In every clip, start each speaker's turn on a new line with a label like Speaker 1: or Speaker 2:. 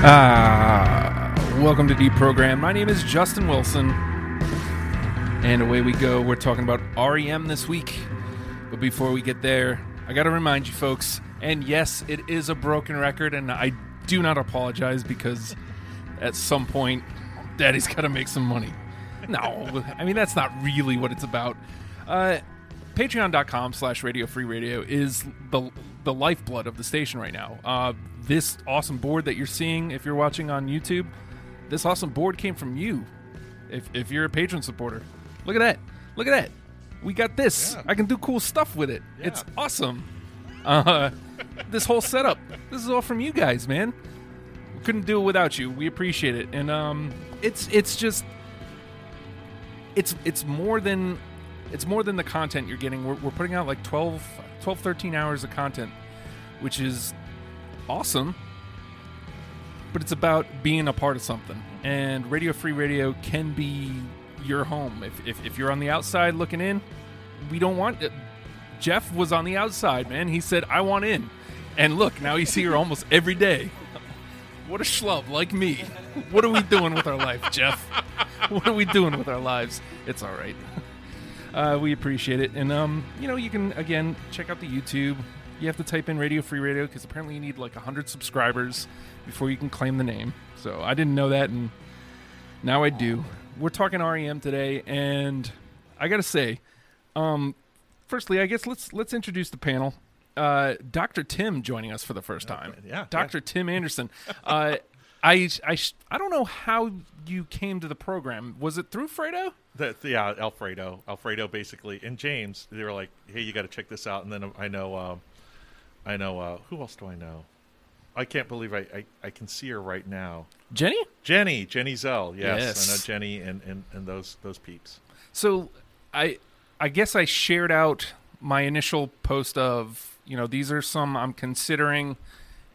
Speaker 1: Ah, welcome to Deep Program. My name is Justin Wilson, and away we go. We're talking about REM this week, but before we get there, I got to remind you, folks. And yes, it is a broken record, and I do not apologize because at some point, Daddy's got to make some money. No, I mean that's not really what it's about. Uh, patreon.com slash radio free radio is the the lifeblood of the station right now uh, this awesome board that you're seeing if you're watching on youtube this awesome board came from you if, if you're a patron supporter look at that look at that we got this
Speaker 2: Yeah.
Speaker 1: i can do cool stuff with it it's awesome uh, this whole setup this is all from you guys man couldn't do it without you we appreciate it and um it's it's just it's it's more than it's more than the content you're getting we're, we're putting out like 12 12 13 hours of content which is awesome but it's about being a part of something and radio free radio can be your home if, if, if you're on the outside looking in we don't want jeff was on the outside man he said i want in and look now he's here almost every day what a schlub like me what are we doing with our life jeff what are we doing with our lives it's all right uh, we appreciate it. And um, you know, you can again check out the YouTube. You have to type in Radio Free Radio because apparently you need like hundred subscribers before you can claim the name. So I didn't know that, and now I do. We're talking REM today, and I gotta say, um, firstly, I guess let's let's introduce the panel. Uh, Dr. Tim joining us for the first time.
Speaker 2: yeah,
Speaker 1: Dr. Tim Anderson. Uh, I, I sh- I don't know how you came to the program. Was it through Fredo?
Speaker 2: The, the, yeah, Alfredo, Alfredo, basically, and James. They were like, "Hey, you got to check this out." And then I know, um, I know uh, who else do I know? I can't believe I, I, I can see her right now.
Speaker 1: Jenny?
Speaker 2: Jenny, Jenny Zell. Yes,
Speaker 1: Yes.
Speaker 2: I know Jenny and, and, and those those peeps.
Speaker 1: So I I guess I shared out my initial post of, you know, these are some I'm considering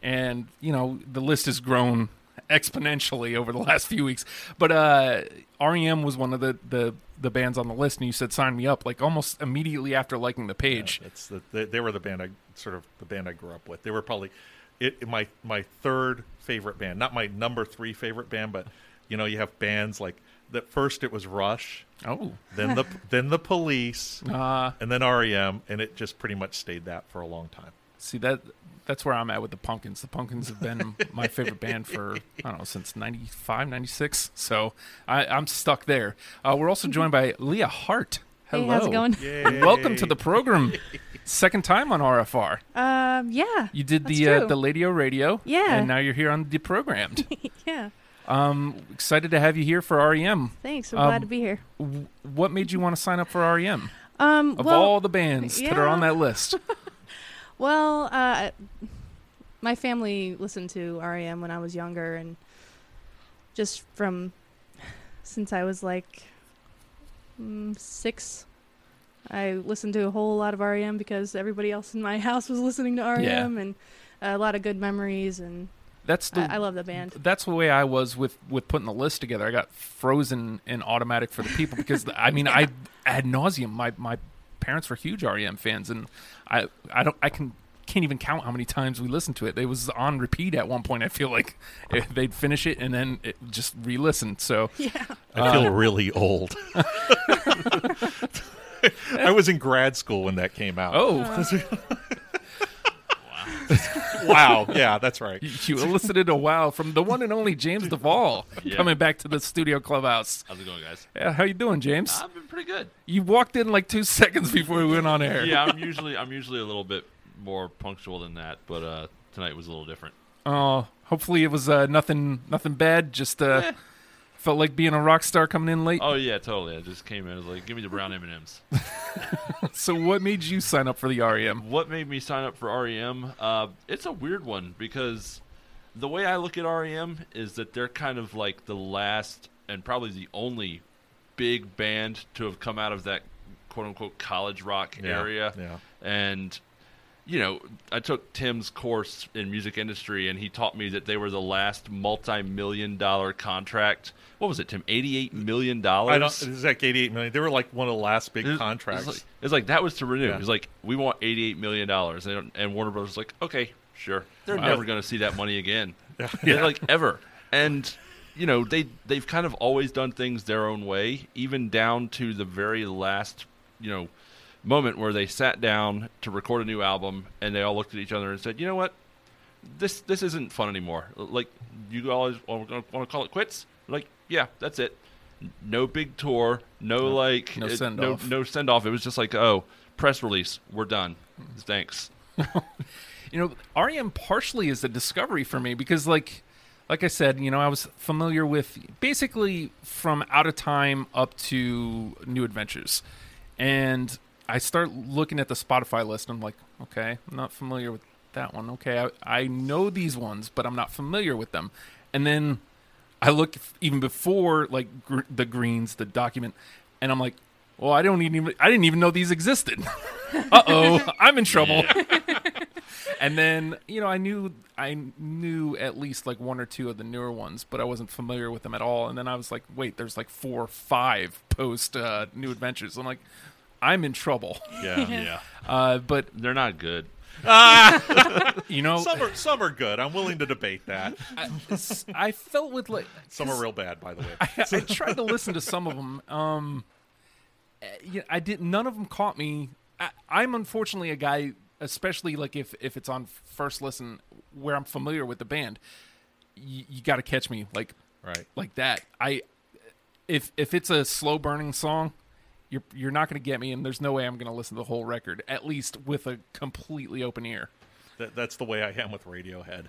Speaker 1: and, you know, the list has grown exponentially over the last few weeks. But uh REM was one of the the the bands on the list and you said sign me up like almost immediately after liking the page.
Speaker 2: That's the they, they were the band I sort of the band I grew up with. They were probably it my my third favorite band, not my number three favorite band, but you know you have bands like that. First it was Rush,
Speaker 1: Oh.
Speaker 2: then the then the Police,
Speaker 1: Uh
Speaker 2: and then REM, and it just pretty much stayed that for a long time.
Speaker 1: see that that's where I'm at with the Pumpkins. The Pumpkins have been my favorite band for I don't know since 95, 96. So I, I'm stuck there. Uh, we're also joined by Leah Hart. Hello,
Speaker 3: Hey, how's it going?
Speaker 1: Welcome to the program. Second time on RFR.
Speaker 3: Um, yeah,
Speaker 1: You did the
Speaker 3: That's
Speaker 1: uh,
Speaker 3: true.
Speaker 1: the Ladio Radio,
Speaker 3: Yeah.
Speaker 1: and now you're here on Deprogrammed.
Speaker 3: yeah.
Speaker 1: um, excited to have you here for REM.
Speaker 3: Thanks. I'm
Speaker 1: Um,
Speaker 3: glad to be here.
Speaker 1: W- What made you want to sign up for REM?
Speaker 3: Um,
Speaker 1: Of
Speaker 3: well,
Speaker 1: all the bands that are on
Speaker 3: yeah.
Speaker 1: that list,
Speaker 3: well, uh, my family listened to REM when I was younger, and just from since I was like mm, six, I listened to a whole lot of REM because everybody else in my house was listening to REM, and a lot of good memories, and
Speaker 1: that's the
Speaker 3: I, I love the band.
Speaker 1: That's the way I was with with putting the list together. I got frozen in automatic for the people because I mean I ad nauseum. My my parents were huge REM fans, and I I don't I can can't even count how many times we listened to it. It was on repeat at one point. I feel like Eh, they'd finish it and then it just re-listened. So
Speaker 3: Yeah.
Speaker 2: I
Speaker 4: Uh,
Speaker 2: feel really old. I was in grad school when that came out.
Speaker 1: oh,
Speaker 2: wow! Yeah, that's right.
Speaker 1: you elicited a wow from the one and only James Duvall
Speaker 4: Yeah.
Speaker 1: coming back to the studio clubhouse.
Speaker 4: How's it going, guys?
Speaker 1: Yeah, how you doing, James?
Speaker 4: I've been pretty good.
Speaker 1: you walked in like two seconds before we went on air.
Speaker 4: Yeah, I'm usually I'm usually a little bit more punctual than that, but uh, tonight was a little different.
Speaker 1: Oh, hopefully it was uh, nothing, nothing bad. Just uh, felt like being a rock star coming in late.
Speaker 4: Oh yeah, totally. I just came in. I was like, give me the brown M and M's.
Speaker 1: So, what made you sign up for the E
Speaker 2: E
Speaker 1: REM?
Speaker 4: What made me sign up for REM? Uh, it's a weird one because the way I look at REM is that they're kind of like the last and probably the only big band to have come out of that quote unquote college rock
Speaker 2: Yeah,
Speaker 4: area.
Speaker 2: yeah.
Speaker 4: And you know, I took Tim's course in music industry, and he taught me that they were the last multi-million dollar contract. What was it, Tim? Eighty-eight million dollars.
Speaker 2: I don't. Is that eighty-eight million? They were like one of the last big
Speaker 4: It-
Speaker 2: contracts.
Speaker 4: It's like, it's like that was to renew.
Speaker 2: Yeah.
Speaker 4: He's like, we want eighty-eight million dollars, and, and Warner Brothers was like, okay, sure. They're
Speaker 2: Wow.
Speaker 4: never going to see that money again, They're like ever. And you know, they they've kind of always done things their own way, even down to the very last, you know, moment where they sat down to record a new album, and they all looked at each other and said, you know what, this this isn't fun anymore. Like you always want to call it quits. Like yeah, that's it. No big tour. No like
Speaker 1: No
Speaker 4: it-
Speaker 1: send-off.
Speaker 4: No, no send off. It was just like oh press release. We're done. Thanks.
Speaker 1: you know REM partially is a discovery for me because like like I said, you know, I was familiar with basically from Out of Time up to New Adventures. And I start looking at the Spotify list and I'm like, okay, I'm not familiar with that one. Okay, I, I know these ones, but I'm not familiar with them. And then I look f- even before like gr- the greens, the document, and I'm like, well, I don't even I didn't even know these existed. uh oh, I'm in trouble. and then you know I knew I knew at least like one or two of the newer ones, but I wasn't familiar with them at all. And then I was like, wait, there's like four or five post uh, New Adventures. I'm like, I'm in trouble.
Speaker 2: yeah.
Speaker 4: Yeah,
Speaker 1: Uh, but
Speaker 4: they're not good.
Speaker 1: you know,
Speaker 2: Some are some are good. I'm willing to debate that.
Speaker 1: I, I felt with like
Speaker 2: Some are real bad, by the way.
Speaker 1: I, I tried to listen to some of them. Um, uh, yeah, I did. None of them caught me. I, I'm unfortunately a guy, especially like if if it's on first listen, where I'm familiar with the band, you, you got to catch me like
Speaker 2: Right.
Speaker 1: like that. I if if it's a slow burning song, you're you're not going to get me, and there's no way I'm going to listen to the whole record, at least with a completely open ear.
Speaker 2: That, that's the way I am with Radiohead.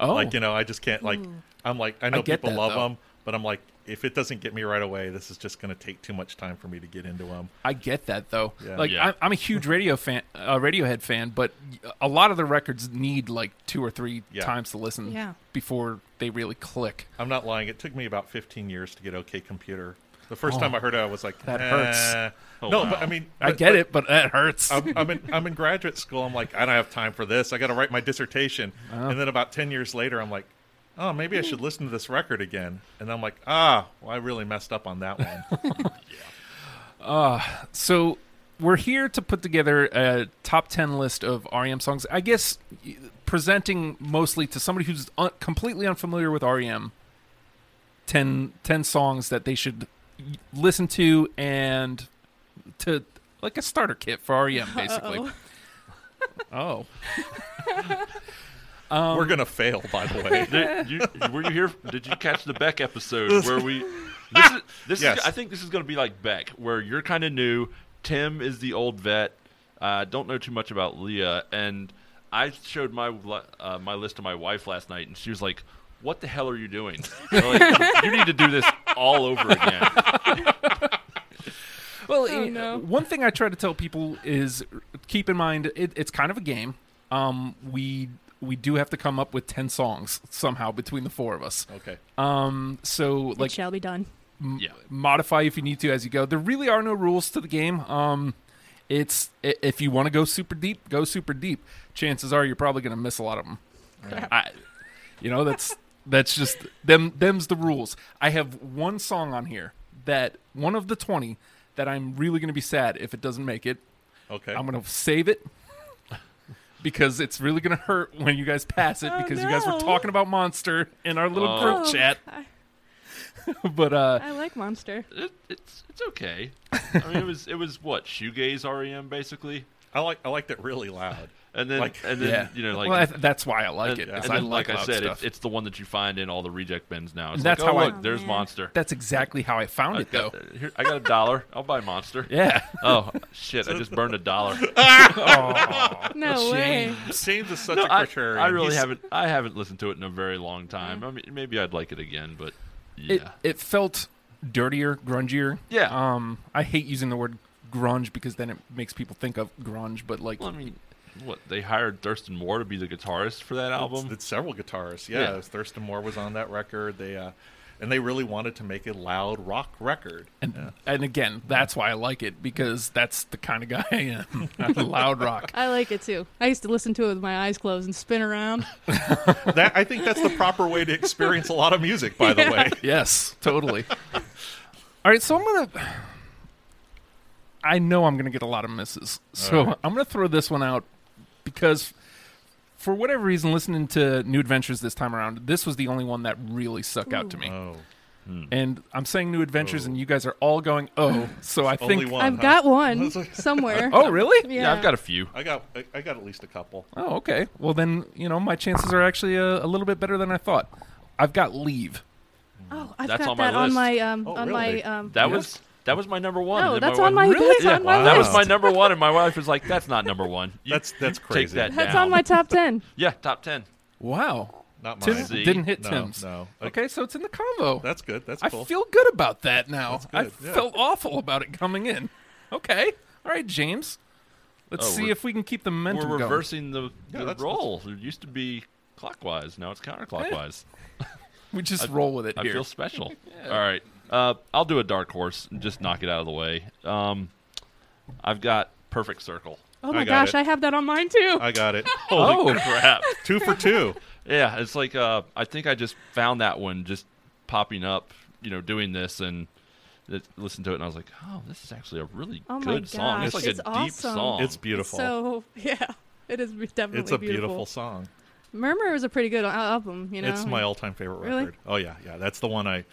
Speaker 1: Oh,
Speaker 2: Like you know, I just can't. Like I'm like I know
Speaker 1: get
Speaker 2: people
Speaker 1: that,
Speaker 2: love
Speaker 1: though.
Speaker 2: them, but I'm like if it doesn't get me right away, this is just going to take too much time for me to get into them.
Speaker 1: I get that though.
Speaker 2: Yeah.
Speaker 1: Like
Speaker 4: Yeah.
Speaker 1: I'm, I'm a huge radio fan, uh, Radiohead fan, but a lot of the records need like two or three
Speaker 2: Yeah.
Speaker 1: times to listen
Speaker 3: Yeah.
Speaker 1: before they really click.
Speaker 2: I'm not lying. It took me about 15 years to get OK Computer. The first time I heard it, I was like,
Speaker 1: Oh, That hurts.
Speaker 2: "Eh."
Speaker 4: Oh,
Speaker 2: no,
Speaker 4: wow.
Speaker 2: but I mean,
Speaker 1: I
Speaker 2: but-
Speaker 1: get
Speaker 2: but
Speaker 1: it, but that hurts.
Speaker 2: I'm, I'm in I'm in graduate school. I'm like, I don't have time for this. I got to write my dissertation.
Speaker 1: Oh.
Speaker 2: And then about 10 years later, I'm like, oh, maybe I should listen to this record again. And I'm like, ah, well, I really messed up on that one.
Speaker 1: so we're here to put together a top 10 list of REM songs. I guess y- presenting mostly to somebody who's un- completely unfamiliar with E REM 10 10 songs that they should y- listen to and to like a starter kit for REM basically. oh. Um,
Speaker 2: We're gonna fail, by the way.
Speaker 4: Did you, were you here? Did you catch the Beck episode where we? This is, this
Speaker 2: Yes.
Speaker 4: is, I think this is going to be like Beck, where you're kind of new. Tim is the old vet. Uh, don't know too much about Leah, and I showed my li- uh, my list to my wife last night, and she was like, "What the hell are you doing? Like, you need to do this all over again."
Speaker 1: Well,
Speaker 3: Oh,
Speaker 1: eh,
Speaker 3: no.
Speaker 1: one thing I try to tell people is keep in mind it, it's kind of a game. Um, we we do have to come up with ten songs somehow between the four of us.
Speaker 2: Okay.
Speaker 1: Um, so
Speaker 3: It
Speaker 1: like
Speaker 3: shall be done.
Speaker 4: Yeah,
Speaker 1: modify if you need to as you go. There really are no rules to the game. Um, it's i- if you want to go super deep, go super deep. Chances are you're probably going to miss a lot of them. I, you know that's that's just them. Them's the rules. I have one song on here that one of the twenty that I'm really going to be sad if it doesn't make it.
Speaker 2: Okay.
Speaker 1: I'm going to save it because it's really going to hurt when you guys pass it
Speaker 3: Oh,
Speaker 1: because you guys were
Speaker 3: no.
Speaker 1: talking about Monster in our little
Speaker 4: Oh.
Speaker 1: group chat.
Speaker 3: I,
Speaker 1: But uh,
Speaker 3: I like Monster.
Speaker 4: it, it's it's okay. I mean, it was it was what shoegaze REM basically,
Speaker 2: I like I liked it really loud.
Speaker 4: and then
Speaker 2: Like-
Speaker 4: and then
Speaker 1: yeah,
Speaker 4: you know like.
Speaker 1: well, I th- that's why I like
Speaker 4: and-
Speaker 1: it.
Speaker 4: and
Speaker 1: is
Speaker 4: then,
Speaker 1: I like,
Speaker 4: I
Speaker 1: loud
Speaker 4: said, it,
Speaker 1: stuff.
Speaker 4: it's the one that you find in all the reject bins now. It's
Speaker 1: That's
Speaker 4: like, oh,
Speaker 1: how I-
Speaker 4: look,
Speaker 3: Oh,
Speaker 4: there's
Speaker 3: man.
Speaker 4: Monster.
Speaker 1: that's exactly how I found it,
Speaker 4: I
Speaker 1: though.
Speaker 4: got, uh, here, I got a dollar. I'll buy Monster.
Speaker 1: Yeah. Oh.
Speaker 4: Oh shit! I just burned a dollar.
Speaker 3: No way.
Speaker 2: James is such a
Speaker 4: I,
Speaker 2: contrarian.
Speaker 4: I really
Speaker 2: He's-
Speaker 4: haven't. I haven't listened to it in a very long time. I mean, maybe I'd like it again, but yeah,
Speaker 1: It it felt dirtier, grungier.
Speaker 4: Yeah.
Speaker 1: Um, I hate using the word grunge because then it makes people think of grunge, but like,
Speaker 4: well, I mean, what they hired Thurston Moore to be the guitarist for that
Speaker 2: It's-
Speaker 4: album.
Speaker 2: It's, several guitarists. Yeah,
Speaker 4: Yeah.
Speaker 2: Thurston Moore was on that record. They uh, and they really wanted to make a loud rock record.
Speaker 1: And, and again, that's why I like it because that's the kind of guy I am. I'm loud rock.
Speaker 3: I like it too. I used to listen to it with my eyes closed and spin around.
Speaker 2: That I think that's the proper way to experience a lot of music. By the way,
Speaker 1: Yes, totally. All right, so I'm gonna. I know I'm gonna get a lot of misses, so I'm gonna throw this one out because, for whatever reason, listening to New Adventures this time around, this was the only one that really stuck out to me.
Speaker 2: oh,
Speaker 1: And I'm saying New Adventures, and you guys are all going, "Oh!" So I
Speaker 2: only
Speaker 1: think,
Speaker 2: one.
Speaker 3: I've
Speaker 2: huh?
Speaker 3: got one somewhere.
Speaker 1: "Oh, really?"
Speaker 4: Yeah, I've got a few.
Speaker 2: I got I- I got at least a couple.
Speaker 1: Oh, okay. Well, then you know my chances are actually uh, a, a little bit better than I thought. I've got leave.
Speaker 3: Oh, I've
Speaker 4: That's
Speaker 3: got
Speaker 4: on my
Speaker 3: that on
Speaker 4: list.
Speaker 3: my um
Speaker 2: Oh,
Speaker 3: on
Speaker 2: really?
Speaker 3: my um.
Speaker 4: That was that was my number one.
Speaker 3: no,
Speaker 4: and then
Speaker 3: that's on my
Speaker 4: wife-
Speaker 3: that's
Speaker 4: Yeah.
Speaker 3: on my
Speaker 2: Wow.
Speaker 4: That
Speaker 3: list.
Speaker 4: was my number one, and my wife was like, "That's not number one. You
Speaker 2: That's that's
Speaker 4: take
Speaker 2: crazy.
Speaker 4: that
Speaker 3: That's
Speaker 4: down."
Speaker 3: on my top ten.
Speaker 4: yeah top ten.
Speaker 1: Wow.
Speaker 2: Not
Speaker 1: Tim
Speaker 2: mine.
Speaker 4: See?
Speaker 1: didn't hit
Speaker 2: No,
Speaker 1: Tim's.
Speaker 2: no.
Speaker 1: Okay, so it's in the combo.
Speaker 2: That's good. That's
Speaker 1: I
Speaker 2: cool.
Speaker 1: feel good about that now. I
Speaker 2: good, yeah.
Speaker 1: felt awful about it coming in. Okay. All right, James. Let's
Speaker 4: Oh,
Speaker 1: see
Speaker 4: we're-
Speaker 1: if we can keep the momentum
Speaker 4: We're
Speaker 1: going.
Speaker 4: reversing the,
Speaker 2: Yeah,
Speaker 4: the
Speaker 2: that's- that's-
Speaker 4: roll. It used to be clockwise. Now it's counterclockwise.
Speaker 1: We just roll with it
Speaker 4: I
Speaker 1: here.
Speaker 4: feel special. All right. Uh, I'll do a dark horse and just knock it out of the way. Um, I've got perfect circle.
Speaker 3: Oh
Speaker 2: I
Speaker 3: my
Speaker 2: got
Speaker 3: gosh,
Speaker 2: it.
Speaker 3: I have that on mine too.
Speaker 2: I got it.
Speaker 1: Oh.
Speaker 4: Holy crap.
Speaker 2: Two for two.
Speaker 4: Yeah, it's like uh, I think I just found that one just popping up, you know, doing this and it, listened to it and I was like, oh, this is actually a really
Speaker 3: Oh my
Speaker 4: good song. It's
Speaker 3: gosh,
Speaker 4: like
Speaker 3: it's
Speaker 4: a deep
Speaker 3: awesome.
Speaker 4: song.
Speaker 2: It's beautiful.
Speaker 3: So yeah, it is be- definitely
Speaker 2: it's a beautiful, song.
Speaker 3: Murmur is a pretty good al- album, you know.
Speaker 2: It's my all-time favorite
Speaker 3: Really?
Speaker 2: record. Oh yeah, yeah. That's the one I.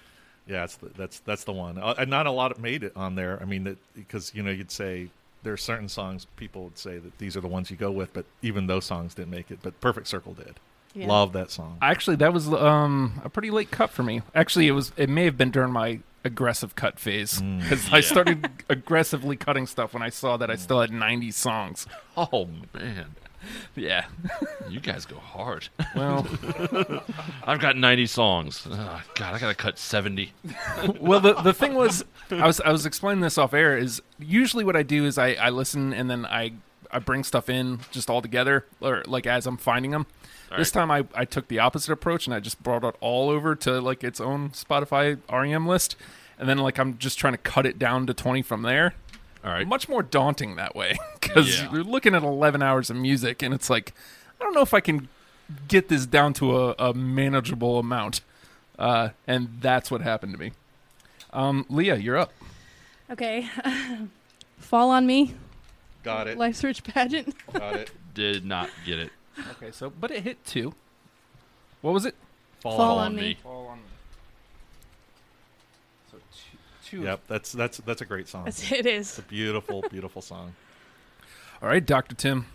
Speaker 2: Yeah, it's the, that's that's the one. Uh, and not a lot made it on there. I mean, that because you know you'd say there are certain songs people would say that these are the ones you go with, but even those songs didn't make it. But Perfect Circle did.
Speaker 3: Yeah.
Speaker 2: Love that song.
Speaker 1: Actually, that was um, a pretty late cut for me. Actually, it was. It may have been during my aggressive cut phase because I
Speaker 4: Mm, Yeah.
Speaker 1: started aggressively cutting stuff when I saw that I still had 90 songs.
Speaker 4: oh, man.
Speaker 1: Yeah.
Speaker 4: You guys go hard.
Speaker 1: Well,
Speaker 4: I've got 90 songs. Oh, God, I got to cut 70.
Speaker 1: well the, the thing was I was I was explaining this off air is usually what I do is I, I listen and then I I bring stuff in just all together or like as I'm finding them. This time I, I took the opposite approach and I just brought it all over to like its own Spotify REM list and then like I'm just trying to cut it down to 20 from there.
Speaker 4: All right.
Speaker 1: Much more daunting that way cuz
Speaker 4: Yeah.
Speaker 1: you're looking at 11 hours of music and it's like I don't know if I can get this down to a, a manageable amount. Uh, and that's what happened to me. Um, Leah, you're up.
Speaker 3: okay. Fall on me,
Speaker 2: Got it.
Speaker 3: life's rich pageant.
Speaker 2: Got it.
Speaker 4: Did not get it.
Speaker 1: Okay, so but it hit two. What was it?
Speaker 2: Fall,
Speaker 3: Fall
Speaker 2: Out.
Speaker 3: on me.
Speaker 1: Fall on. So two.
Speaker 2: Yep. That's that's that's a great song.
Speaker 3: That's it is.
Speaker 2: It's a beautiful, beautiful song.
Speaker 1: All right, Doctor Tim.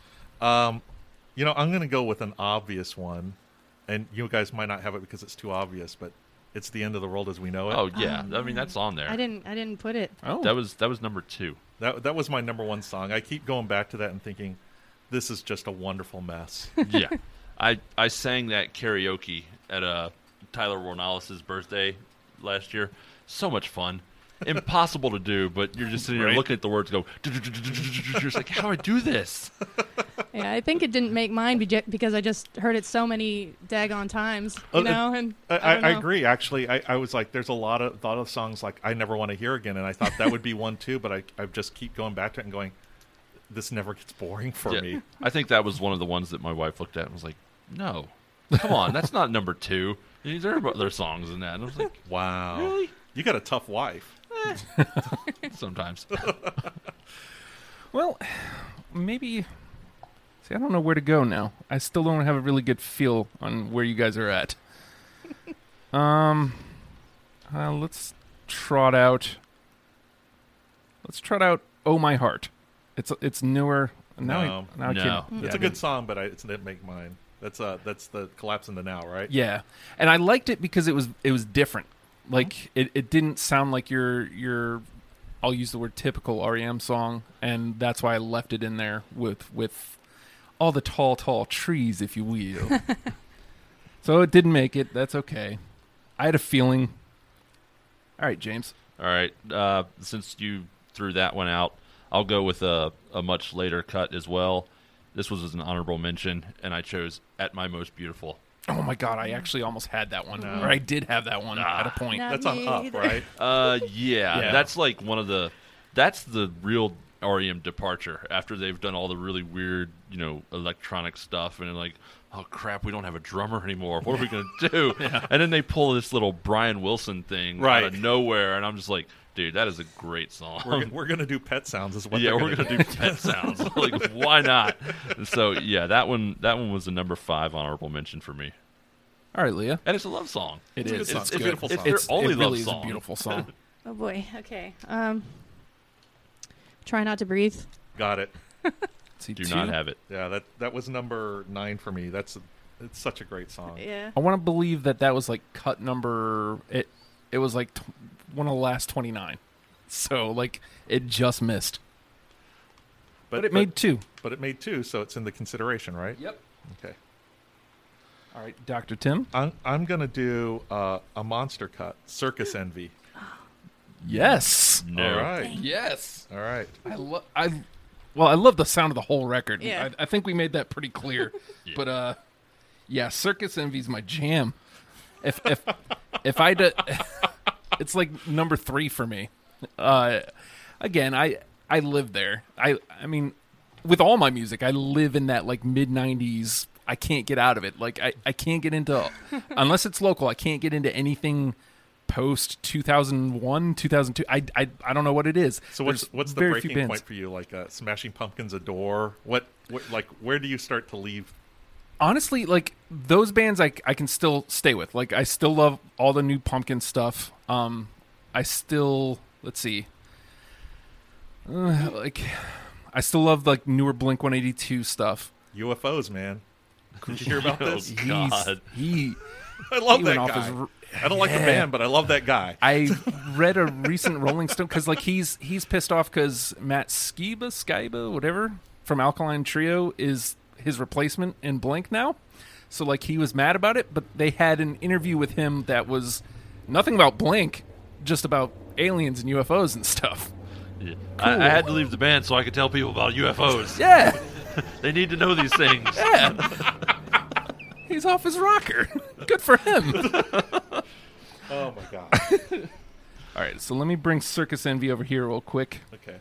Speaker 2: Um, you know, I'm going to go with an obvious one, and you guys might not have it because it's too obvious, but it's the end of the world as we know it.
Speaker 4: Oh, yeah. I mean, that's on there.
Speaker 3: Um, I didn't. I didn't put it.
Speaker 1: Oh,
Speaker 4: That was that was number two.
Speaker 2: That that was my number one song. I keep going back to that and thinking, this is just a wonderful mess.
Speaker 4: yeah, I I sang that karaoke at uh, Tyler Warnalis' birthday last year. So much fun. Impossible to do, but you're just sitting there
Speaker 2: Right.
Speaker 4: looking at the words, go. You're just like, how do I do this?
Speaker 3: Yeah, I think it didn't make mine beje- because I just heard it so many daggone times,
Speaker 2: Oh,
Speaker 3: you
Speaker 2: it-
Speaker 3: know. And
Speaker 2: I,
Speaker 3: I,
Speaker 2: I,
Speaker 3: don't
Speaker 2: I
Speaker 3: know.
Speaker 2: agree. Actually, I, I was like, there's a lot of lot of songs like I never want to hear again, and I thought that would be one too. But I I just keep going back to it and going, this never gets boring for
Speaker 4: Yeah.
Speaker 2: me.
Speaker 4: I think that was one of the ones that my wife looked at and was like, no, come on, that's not number two. There are other songs in that. And I was like,
Speaker 2: Wow,
Speaker 4: Really?
Speaker 2: You got a tough wife.
Speaker 4: sometimes.
Speaker 1: well, maybe. See, I don't know where to go now. I still don't have a really good feel on where you guys are at. um, uh, let's trot out. Let's trot out. Oh, my heart. It's it's newer. Now
Speaker 2: No.
Speaker 1: I, now I
Speaker 4: No.
Speaker 1: can't. yeah,
Speaker 2: it's
Speaker 1: I
Speaker 2: a good song, but I, it's didn't make mine. That's uh that's the collapse in the now, right?
Speaker 1: Yeah, and I liked it because it was it was different. Like it, it didn't sound like your your I'll use the word typical REM song, and that's why I left it in there with with all the tall tall trees, if you will. so it didn't make it. That's okay. I had a feeling. All right, James.
Speaker 4: All right. Uh, since you threw that one out, I'll go with a, a much later cut as well. This was an honorable mention, and I chose At My Most Beautiful.
Speaker 1: Oh my god, I actually almost had that one.
Speaker 2: Mm-hmm.
Speaker 1: Or I did have that one at a
Speaker 2: Ah.
Speaker 1: point.
Speaker 3: No.
Speaker 2: That's on
Speaker 3: Me
Speaker 2: up,
Speaker 3: either.
Speaker 2: right?
Speaker 4: Uh, yeah,
Speaker 2: Yeah.
Speaker 4: that's like one of the. That's the real REM departure after they've done all the really weird, you know, electronic stuff, and they're like, oh crap, we don't have a drummer anymore. What are we gonna do? And then they pull this little Brian Wilson thing out
Speaker 2: Right.
Speaker 4: of nowhere, and I'm just like, dude, that is a great song.
Speaker 2: We're, we're gonna do pet sounds is what.
Speaker 4: Um, yeah,
Speaker 2: they're
Speaker 4: we're
Speaker 2: gonna
Speaker 4: gonna do pet sounds. like, why not? And so yeah, that one that one was the number five honorable mention for me,
Speaker 1: All right, Leah.
Speaker 4: and it's a love song.
Speaker 1: It
Speaker 2: It's a
Speaker 1: is.
Speaker 2: good song.
Speaker 1: It's,
Speaker 2: It's a beautiful
Speaker 4: It's
Speaker 2: song.
Speaker 4: their
Speaker 1: it's-
Speaker 4: only
Speaker 1: it
Speaker 4: love
Speaker 1: really is
Speaker 4: song.
Speaker 1: a beautiful song.
Speaker 3: Oh boy. Okay. Um. Try not to breathe.
Speaker 2: Got it.
Speaker 1: See,
Speaker 4: Do
Speaker 1: two?
Speaker 4: not have it.
Speaker 2: Yeah, that that was number nine for me. That's it's such a great song.
Speaker 3: Yeah.
Speaker 1: I want to believe that that was like cut number. It it was like t- one of the last twenty nine. So like it just missed, but, it made two.
Speaker 2: but it made two, so it's in the consideration, right?
Speaker 1: Yep.
Speaker 2: Okay.
Speaker 1: All right, Doctor Tim.
Speaker 2: I'm I'm gonna do uh, a monster cut, Circus Envy.
Speaker 1: Yes.
Speaker 4: No.
Speaker 2: All right.
Speaker 1: Yes.
Speaker 2: All right.
Speaker 1: I love. I well, I love the sound of the whole record.
Speaker 3: Yeah.
Speaker 1: I, I think we made that pretty clear. But uh, yeah, Circus Envy's my jam. If if if I d- it's like number three for me. Uh, again, I I live there. I I mean, with all my music, I live in that like mid '90s. I can't get out of it. Like I I can't get into unless it's local. I can't get into anything post 2001 2002 I, I i don't know what it is
Speaker 2: So what's
Speaker 1: There's
Speaker 2: what's the
Speaker 1: very few
Speaker 2: breaking
Speaker 1: bands.
Speaker 2: point for you? Like uh, Smashing Pumpkins, Adore. What, what like where do you start to leave?
Speaker 1: honestly like those bands I, I can still stay with like i still love all the new pumpkin stuff um i still let's see Uh, like i still love like newer blink 182 stuff
Speaker 2: UFOs, man. Did you hear about this?
Speaker 1: He's-
Speaker 4: God.
Speaker 1: he
Speaker 2: I love
Speaker 1: he
Speaker 2: that
Speaker 1: went off
Speaker 2: guy.
Speaker 1: his r-
Speaker 2: I don't like the band, but I love that guy.
Speaker 1: I read a recent Rolling Stone because like he's he's pissed off because Matt Skiba Skiba whatever from Alkaline Trio is his replacement in Blink now, so like he was mad about it. But they had an interview with him that was nothing about Blink, just about aliens and UFOs and stuff.
Speaker 4: Yeah. I, I had to leave the band so I could tell people about UFOs.
Speaker 1: Yeah,
Speaker 4: They need to know these things.
Speaker 1: he's off his rocker. Good for him.
Speaker 2: Oh my god.
Speaker 1: All right, so let me bring Circus Envy over here real quick.
Speaker 2: Okay.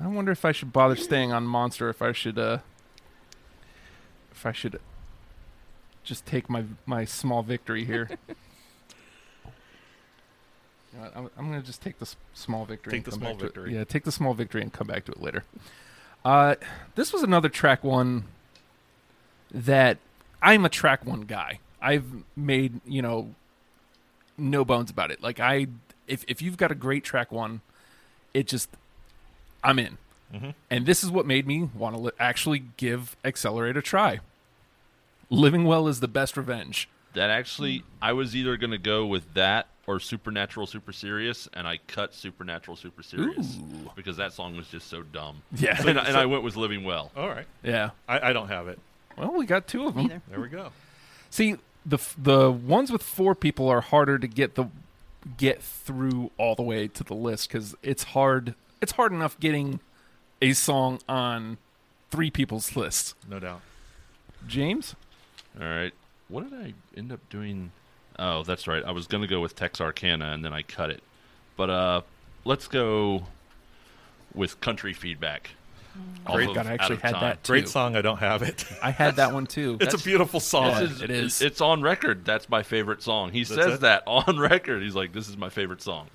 Speaker 1: I wonder if I should bother staying on Monster. If I should, uh, if I should just take my my small victory here. You know what, I'm, I'm gonna just take the s- small victory.
Speaker 2: Take
Speaker 1: and
Speaker 2: the
Speaker 1: come
Speaker 2: small
Speaker 1: back to it.
Speaker 2: victory.
Speaker 1: Yeah, take the small victory and come back to it later. Uh, this was another track one that I'm a track one guy. I've made you know no bones about it. Like I, if if you've got a great track one, it just I'm in. And this is what made me want to li- actually give Accelerate a try. Living well is the best revenge.
Speaker 4: That actually, I was either going to go with that or Supernatural Super Serious, and I cut Supernatural Super Serious because that song was just so dumb.
Speaker 1: Yeah.
Speaker 4: And, I- and I went with Living Well.
Speaker 2: All right.
Speaker 1: Yeah.
Speaker 2: I, I don't have it.
Speaker 1: Well, we got two of them.
Speaker 3: Neither.
Speaker 2: There we go.
Speaker 1: See, the f- the ones with four people are harder to get the get through all the way to the list because it's hard. It's hard enough getting a song on three people's lists.
Speaker 2: No doubt.
Speaker 1: James,
Speaker 4: All right. What did I end up doing? Oh, that's right. I was going to go with Texarkana, and then I cut it. But uh, let's go with Country Feedback. off
Speaker 1: Great.
Speaker 4: of
Speaker 1: Oh, God, I
Speaker 4: Out
Speaker 1: actually
Speaker 4: of
Speaker 1: had
Speaker 4: Time.
Speaker 1: that.
Speaker 2: Great
Speaker 1: Two.
Speaker 2: song. I don't have it.
Speaker 1: I had that one too.
Speaker 2: it's a beautiful song.
Speaker 4: This
Speaker 1: It is.
Speaker 4: It's on record. That's my favorite song. He
Speaker 2: Oh, That's
Speaker 4: says
Speaker 2: it?
Speaker 4: that on record. He's like, this is my favorite song.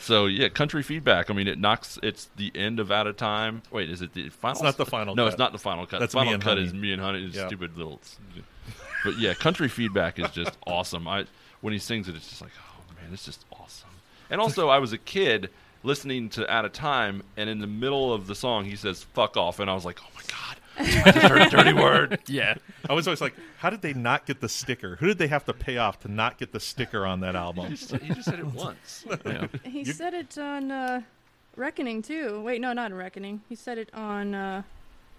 Speaker 4: so yeah, country feedback. I mean, it knocks. It's the end of out of time. Wait, is it the final?
Speaker 2: not the final
Speaker 4: No,
Speaker 2: cut.
Speaker 4: it's not the final cut.
Speaker 2: That's
Speaker 4: the final
Speaker 2: Me and
Speaker 4: cut
Speaker 2: Honey.
Speaker 4: is me and honey. Is
Speaker 2: Yeah.
Speaker 4: stupid little. But yeah, country feedback is just awesome. I when he sings it, it's just like, oh man, it's just awesome. And also, I was a kid listening to Out of Time, and in the middle of the song, he says "fuck off," and I was like, oh my god, I just heard a dirty word.
Speaker 1: yeah.
Speaker 2: I was always like, how did they not get the sticker? Who did they have to pay off to not get the sticker on that album?
Speaker 4: You just said it once.
Speaker 1: yeah.
Speaker 3: He
Speaker 2: You-
Speaker 3: said it on uh, Reckoning too. Wait, no, not on Reckoning. He said it on uh,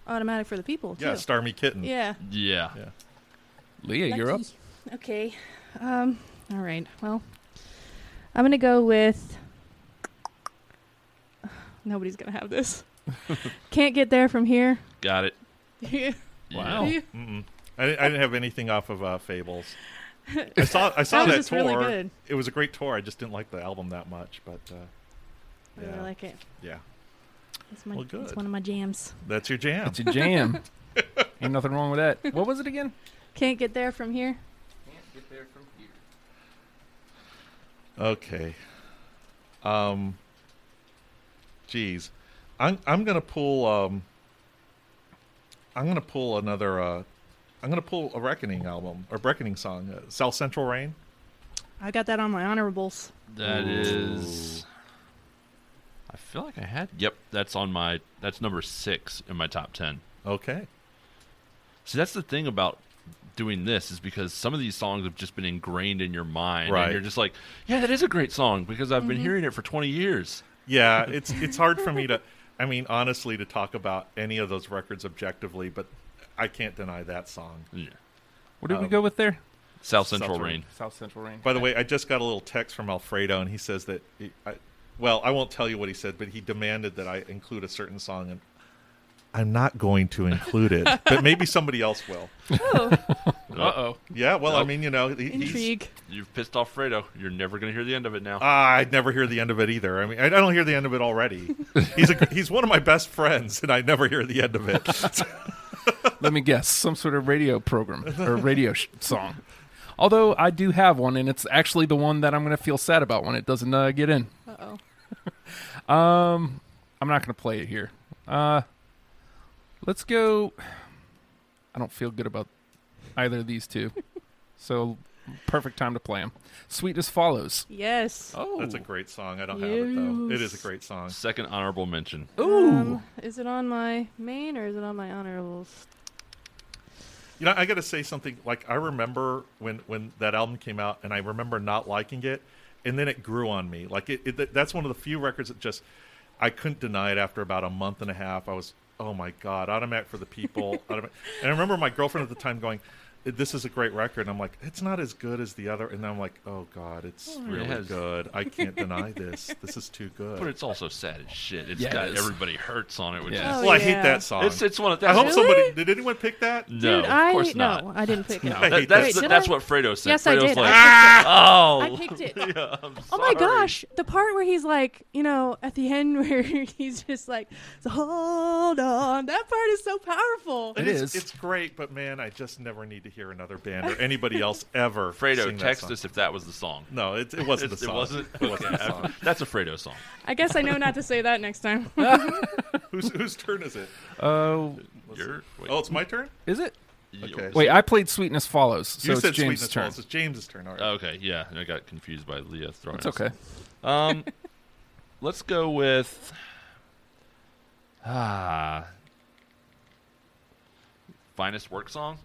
Speaker 3: Automatic for the People too.
Speaker 2: Yeah, Starmy Kitten.
Speaker 3: Yeah.
Speaker 4: Yeah.
Speaker 2: Yeah.
Speaker 1: Leah, you're up.
Speaker 3: Lucky. Okay. Um. All right. Well, I'm gonna go with. Nobody's gonna have this. Can't get there from here.
Speaker 4: Got it.
Speaker 3: Yeah.
Speaker 1: Wow.
Speaker 3: You-
Speaker 2: Mm-mm. I, I didn't have anything off of uh, Fables. I saw I saw
Speaker 3: That
Speaker 2: that,
Speaker 3: was just
Speaker 2: tour.
Speaker 3: really good.
Speaker 2: It was a great tour. I just didn't like the album that much, but uh,
Speaker 3: I really
Speaker 2: Yeah.
Speaker 3: like it.
Speaker 2: yeah,
Speaker 3: It's my,
Speaker 2: Well,
Speaker 3: it's
Speaker 2: good.
Speaker 3: one of my jams.
Speaker 2: that's your jam.
Speaker 1: It's a jam. Ain't nothing wrong with that. What was it again?
Speaker 3: Can't get there from here.
Speaker 2: Okay. Um. Geez, I'm I'm gonna pull um. I'm gonna pull another. Uh, I'm gonna pull a Reckoning album or Reckoning song. Uh, South Central Rain.
Speaker 3: I got that on my honorables.
Speaker 4: That is. I feel like I had. Yep, that's on my. That's number six in my top ten.
Speaker 2: Okay.
Speaker 4: See, that's the thing about doing this is because some of these songs have just been ingrained in your mind,
Speaker 2: Right.
Speaker 4: and you're just like, yeah, that is a great song because I've been
Speaker 3: Mm-hmm.
Speaker 4: hearing it for 20 years.
Speaker 2: Yeah, it's it's hard for me to. I mean, honestly, to talk about any of those records objectively, but I can't deny that song.
Speaker 4: Yeah.
Speaker 1: What did we
Speaker 2: Um,
Speaker 1: go with there?
Speaker 4: South Central
Speaker 2: Central
Speaker 4: Rain.
Speaker 1: South Central Rain.
Speaker 2: By the way, I just got a little text from Alfredo, and he says that, he, I, well, I won't tell you what he said, but he demanded that I include a certain song, and I'm not going to include it, but maybe somebody else will.
Speaker 3: Oh,
Speaker 1: Uh oh.
Speaker 2: Yeah, well, I
Speaker 4: Nope.
Speaker 2: mean, you know, he, he's.
Speaker 3: intrigue.
Speaker 4: You've pissed off Fredo. You're never going to hear the end of it now.
Speaker 2: Ah, I'd never hear the end of it either. I mean, I don't hear the end of it already. He's a, he's one of my best friends, and I never hear the end of it.
Speaker 1: Let me guess. Some sort of radio program or radio sh- song. Although I do have one, and it's actually the one that I'm going to feel sad about when it doesn't uh, get in. Um,
Speaker 3: Uh oh.
Speaker 1: I'm not going to play it here. Uh, let's go. I don't feel good about either of these two. so, perfect time to play them. Sweet as follows.
Speaker 3: Yes.
Speaker 1: Oh,
Speaker 2: That's a great song. I don't have it though. It is a great song.
Speaker 4: Second honorable mention.
Speaker 1: Ooh.
Speaker 3: Um, is it on my main or is it on my honorables?
Speaker 2: You know, I got to say something. Like I remember when when that album came out, and I remember not liking it, and then it grew on me. Like it, it that's one of the few records that just I couldn't deny it. After about a month and a half, I was oh my god, Automatic for the People. Automatic. And I remember my girlfriend at the time going. This is a great record. And I'm like, it's not as good as the other. And I'm like, oh God, it's really
Speaker 4: has-
Speaker 2: good. I can't deny this. This is too good.
Speaker 4: But it's also sad as shit. It's
Speaker 1: Yeah,
Speaker 4: got
Speaker 1: it is.
Speaker 4: everybody hurts on it, which
Speaker 1: Yeah.
Speaker 2: well,
Speaker 3: Oh,
Speaker 2: I hate
Speaker 3: yeah.
Speaker 2: that song.
Speaker 4: is it's it's one of
Speaker 2: I
Speaker 4: that's
Speaker 2: hope
Speaker 4: really-
Speaker 2: somebody did anyone pick that?
Speaker 4: No,
Speaker 3: Dude,
Speaker 4: of
Speaker 3: I
Speaker 4: course not.
Speaker 3: no, I didn't pick it.
Speaker 1: No.
Speaker 2: I
Speaker 4: That-
Speaker 2: hate
Speaker 4: that's
Speaker 3: Wait,
Speaker 4: the-
Speaker 3: did
Speaker 4: that's
Speaker 3: I?
Speaker 4: what Fredo said.
Speaker 3: Yes, I
Speaker 4: Fredo's
Speaker 3: did.
Speaker 4: like,
Speaker 3: I
Speaker 4: oh,
Speaker 3: I picked it.
Speaker 4: Yeah, I'm
Speaker 3: Oh my
Speaker 4: sorry.
Speaker 3: gosh, the part where he's like, you know, at the end where he's just like, "So hold on. That part is so powerful.
Speaker 1: It
Speaker 2: it's,
Speaker 1: is.
Speaker 2: It's great, but man, I just never need to hear another band or anybody else ever. sing
Speaker 4: Fredo,
Speaker 2: that
Speaker 4: text
Speaker 2: song.
Speaker 4: us if that was the song.
Speaker 2: No, it, it wasn't the
Speaker 4: It's-
Speaker 2: song.
Speaker 4: It wasn't.
Speaker 2: It wasn't
Speaker 4: okay,
Speaker 2: the song.
Speaker 4: That's a Fredo song.
Speaker 3: I guess I know not to say that next time.
Speaker 2: Whose whose turn is it?
Speaker 1: Oh,
Speaker 4: You're, wait,
Speaker 2: Oh, it's my turn.
Speaker 1: is it?
Speaker 4: you-
Speaker 2: okay.
Speaker 1: Wait, I played Sweet as follows. So
Speaker 2: you
Speaker 1: it's
Speaker 2: said
Speaker 1: James'
Speaker 2: sweetness
Speaker 1: turn.
Speaker 2: falls. It's James's turn. All right.
Speaker 4: Okay, yeah, I got confused by Leah throwing.
Speaker 1: It's
Speaker 4: us.
Speaker 1: okay.
Speaker 4: Um, let's go with ah, finest work song.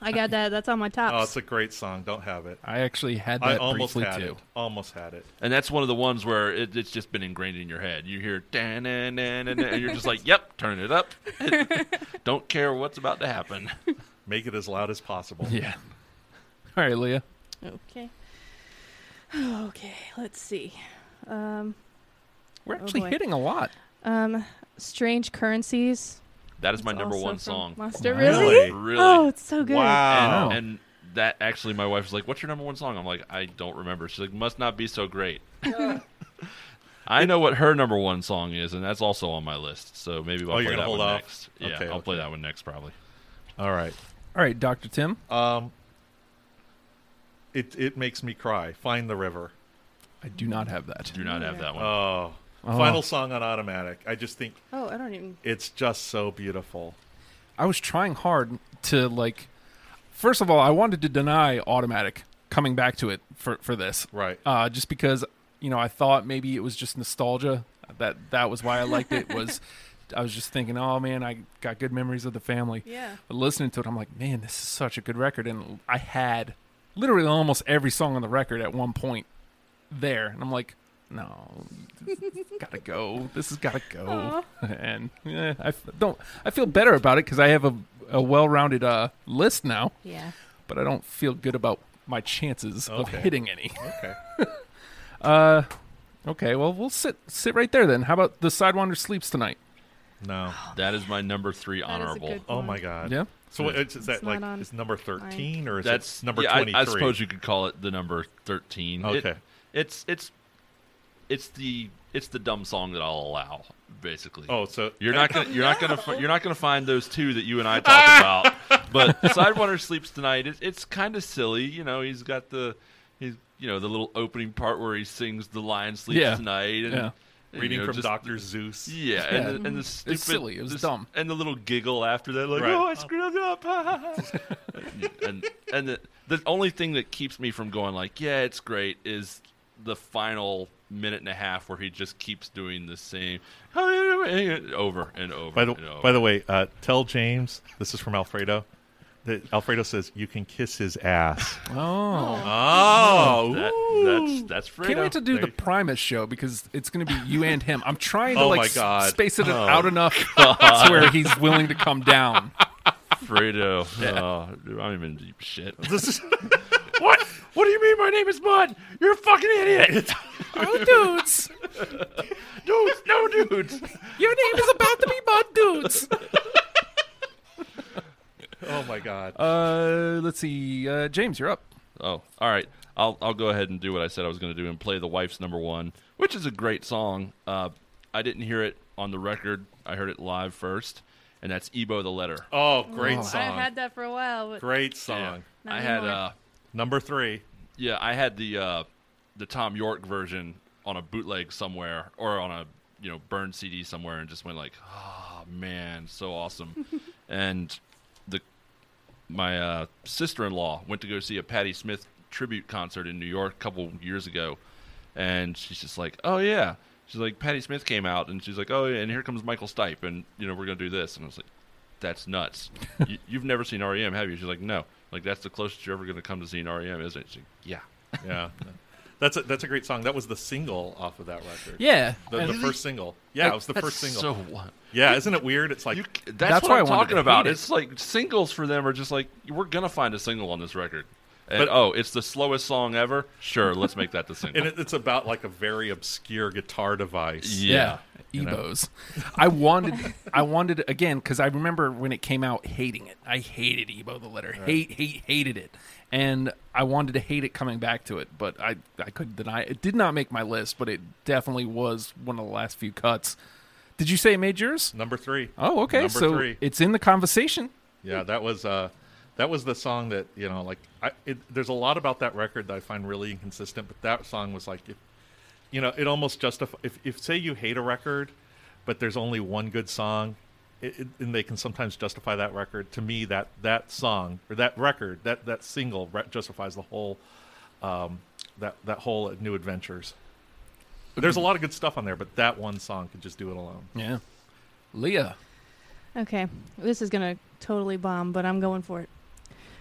Speaker 3: I got that. That's on my
Speaker 2: oh,
Speaker 3: tops.
Speaker 2: it's a great song. Don't have it.
Speaker 1: I actually had
Speaker 2: I
Speaker 1: that
Speaker 2: almost
Speaker 1: briefly
Speaker 2: had
Speaker 1: too.
Speaker 2: it. Almost had it.
Speaker 4: And that's one of the ones where it, it's just been ingrained in your head. You hear "Dan," and you're just like, "Yep, turn it up." Don't care what's about to happen.
Speaker 2: Make it as loud as possible.
Speaker 1: Yeah. All right, Leah.
Speaker 3: okay. Okay, let's see. Um,
Speaker 1: We're
Speaker 3: Oh,
Speaker 1: actually
Speaker 3: boy.
Speaker 1: hitting a lot.
Speaker 3: um, strange currencies.
Speaker 4: That is my
Speaker 3: It's
Speaker 4: number
Speaker 3: also
Speaker 4: one
Speaker 3: from
Speaker 4: song.
Speaker 3: Monster,
Speaker 1: Really?
Speaker 3: really?
Speaker 4: Really?
Speaker 3: Oh, it's so good.
Speaker 2: Wow.
Speaker 1: Oh.
Speaker 4: And, and that actually, my wife's like, "What's your number one song?" I'm like, "I don't remember." She's like, "Must not be so great." I know what her number one song is, and that's also on my list. So maybe I'll
Speaker 2: Oh, you're gonna
Speaker 4: play that
Speaker 2: hold
Speaker 4: one
Speaker 2: off?
Speaker 4: next. Yeah,
Speaker 2: Okay,
Speaker 4: I'll play that one next probably.
Speaker 1: uh,
Speaker 2: All right.
Speaker 1: All right, Dr. Tim.
Speaker 2: Um. It it makes me cry. Find the river.
Speaker 1: I do not have that.
Speaker 4: Do not have that one.
Speaker 2: Mm-hmm. Oh.
Speaker 1: Oh.
Speaker 2: Final song on automatic. I just think
Speaker 3: Oh, I don't even.
Speaker 2: it's just so beautiful.
Speaker 1: I was trying hard to like first of all, I wanted to deny automatic coming back to it for for this.
Speaker 2: Right.
Speaker 1: Uh just because, you know, I thought maybe it was just nostalgia. That that was why I liked it was I was just thinking, "Oh man, I got good memories of the family."
Speaker 3: Yeah.
Speaker 1: But listening to it, I'm like, "Man, this is such a good record." And I had literally almost every song on the record at one point there. And I'm like, "No, got to go. This has got to go."
Speaker 3: Aw.
Speaker 1: and eh, I f- don't. I feel better about it because I have a, a well-rounded uh, list now,
Speaker 3: Yeah.
Speaker 1: but I don't feel good about my chances of
Speaker 2: Okay.
Speaker 1: hitting any.
Speaker 2: Okay.
Speaker 1: Uh, okay, well we'll sit sit right there then. How about the Sidewinder sleeps tonight?
Speaker 2: No.
Speaker 4: That is my number three
Speaker 3: is a
Speaker 4: honorable.
Speaker 3: good-
Speaker 2: Oh my god.
Speaker 1: Yeah.
Speaker 2: So what- it's, is
Speaker 3: It's
Speaker 2: that like
Speaker 3: not on
Speaker 2: it's number thirteen or is
Speaker 4: That's
Speaker 2: it number
Speaker 4: yeah, I-
Speaker 2: twenty three?
Speaker 4: I, suppose you could call it the number thirteen. It-
Speaker 2: Okay.
Speaker 4: it's it's it's the it's the dumb song that I'll allow, basically.
Speaker 2: Oh, so
Speaker 4: You're not gonna you're not gonna fi- you're not gonna find those two that you and I talked about. But Sidewinder sleeps tonight. It, it's kind of silly, you know. He's got the he's you know the little opening part where he sings the lion sleeps
Speaker 1: Yeah.
Speaker 4: tonight and
Speaker 1: Yeah.
Speaker 4: and,
Speaker 2: reading
Speaker 4: you know,
Speaker 2: from
Speaker 4: just-
Speaker 2: Doctor Zeus.
Speaker 4: Yeah,
Speaker 1: Yeah.
Speaker 4: and the, and the stupid,
Speaker 1: silly. It was
Speaker 4: this-
Speaker 1: dumb.
Speaker 4: and the little giggle after that, like
Speaker 2: Right.
Speaker 4: oh I screwed up. ha, ha, ha." and and the, the only thing that keeps me from going like yeah it's great is the final minute and a half where he just keeps doing the same over and over.
Speaker 2: By the
Speaker 4: and over.
Speaker 2: by the way, uh, tell James this is from Alfredo. That Alfredo says you can kiss his ass.
Speaker 1: Oh.
Speaker 2: Oh,
Speaker 4: That, that's that's Fredo.
Speaker 1: Can't wait to do
Speaker 2: There
Speaker 1: the
Speaker 2: you-
Speaker 1: Primus show because it's going to be you and him. I'm trying to
Speaker 2: Oh
Speaker 1: like
Speaker 2: my
Speaker 1: s-
Speaker 2: God. Oh
Speaker 1: space it out enough to where he's willing to come down.
Speaker 4: Fredo. Oh, dude, I'm in deep shit.
Speaker 2: this is
Speaker 4: what? What do you mean? My name is Bud. You're a fucking idiot.
Speaker 1: Oh, dudes,
Speaker 4: dudes, no dudes.
Speaker 1: your name is about to be Bud Dudes.
Speaker 2: oh my god.
Speaker 1: Uh, let's see, uh, James, you're up.
Speaker 4: Oh, all right. I'll I'll go ahead and do what I said I was going to do and play the wife's number one, which is a great song. Uh, I didn't hear it on the record. I heard it live first, and that's Ebo the Letter.
Speaker 2: oh, great
Speaker 3: I
Speaker 2: song.
Speaker 3: had that for a while, but
Speaker 2: great song.
Speaker 3: Not
Speaker 4: I had
Speaker 3: anymore.
Speaker 4: uh,
Speaker 2: Number three.
Speaker 4: yeah, I had the uh, the Tom York version on a bootleg somewhere or on a you know burned CD somewhere, and just went like, oh man, so awesome. and the my uh, sister-in-law went to go see a Patti Smith tribute concert in New York a couple years ago, and she's just like, "Oh yeah," she's like, "Patti Smith came out," and she's like, "Oh yeah," and here comes Michael Stipe, and you know we're gonna do this, and I was like, "That's nuts! you, you've never seen REM, have you?" She's like, "No." Like that's the closest you're ever gonna come to seeing REM, isn't it? She's like, yeah.
Speaker 2: Yeah, that's a, that's a great song. That was the single off of that record.
Speaker 1: Yeah,
Speaker 2: the, the first single. Yeah, it was the
Speaker 4: That's
Speaker 2: first single.
Speaker 4: So what?
Speaker 2: yeah, isn't it weird? It's like
Speaker 4: You, c- that's,
Speaker 1: That's
Speaker 4: what
Speaker 1: why I
Speaker 4: I'm
Speaker 1: wanted
Speaker 4: talking
Speaker 1: to
Speaker 4: about.
Speaker 1: hate it.
Speaker 4: It's like singles for them are just like we're gonna find a single on this record. And,
Speaker 2: But-
Speaker 4: oh, it's the slowest song ever. Sure, let's make that the single.
Speaker 2: and it, it's about like a very obscure guitar device.
Speaker 1: yeah,
Speaker 2: You know.
Speaker 1: Ebos. I wanted, I wanted again because I remember when it came out, hating it. I hated Ebo the letter, hate, hate, hated it, and I wanted to hate it coming back to it, but I, I couldn't deny it. it. Did not make my list, but it definitely was one of the last few cuts. Did you say it made yours?
Speaker 2: Number three.
Speaker 1: Oh, okay.
Speaker 2: Number
Speaker 1: so
Speaker 2: three.
Speaker 1: it's in the conversation.
Speaker 2: Yeah, that was uh, that was the song that you know, like I, it, there's a lot about that record that I find really inconsistent, but that song was like, if, you know, it almost justify if, if say you hate a record, but there's only one good song, it, it, and they can sometimes justify that record. To me, that that song or that record, that that single re- justifies the whole, um, that that whole New Adventures. There's a lot of good stuff on there, but that one song could just do it alone.
Speaker 1: Yeah. Leah.
Speaker 3: Okay, this is gonna totally bomb, but I'm going for it.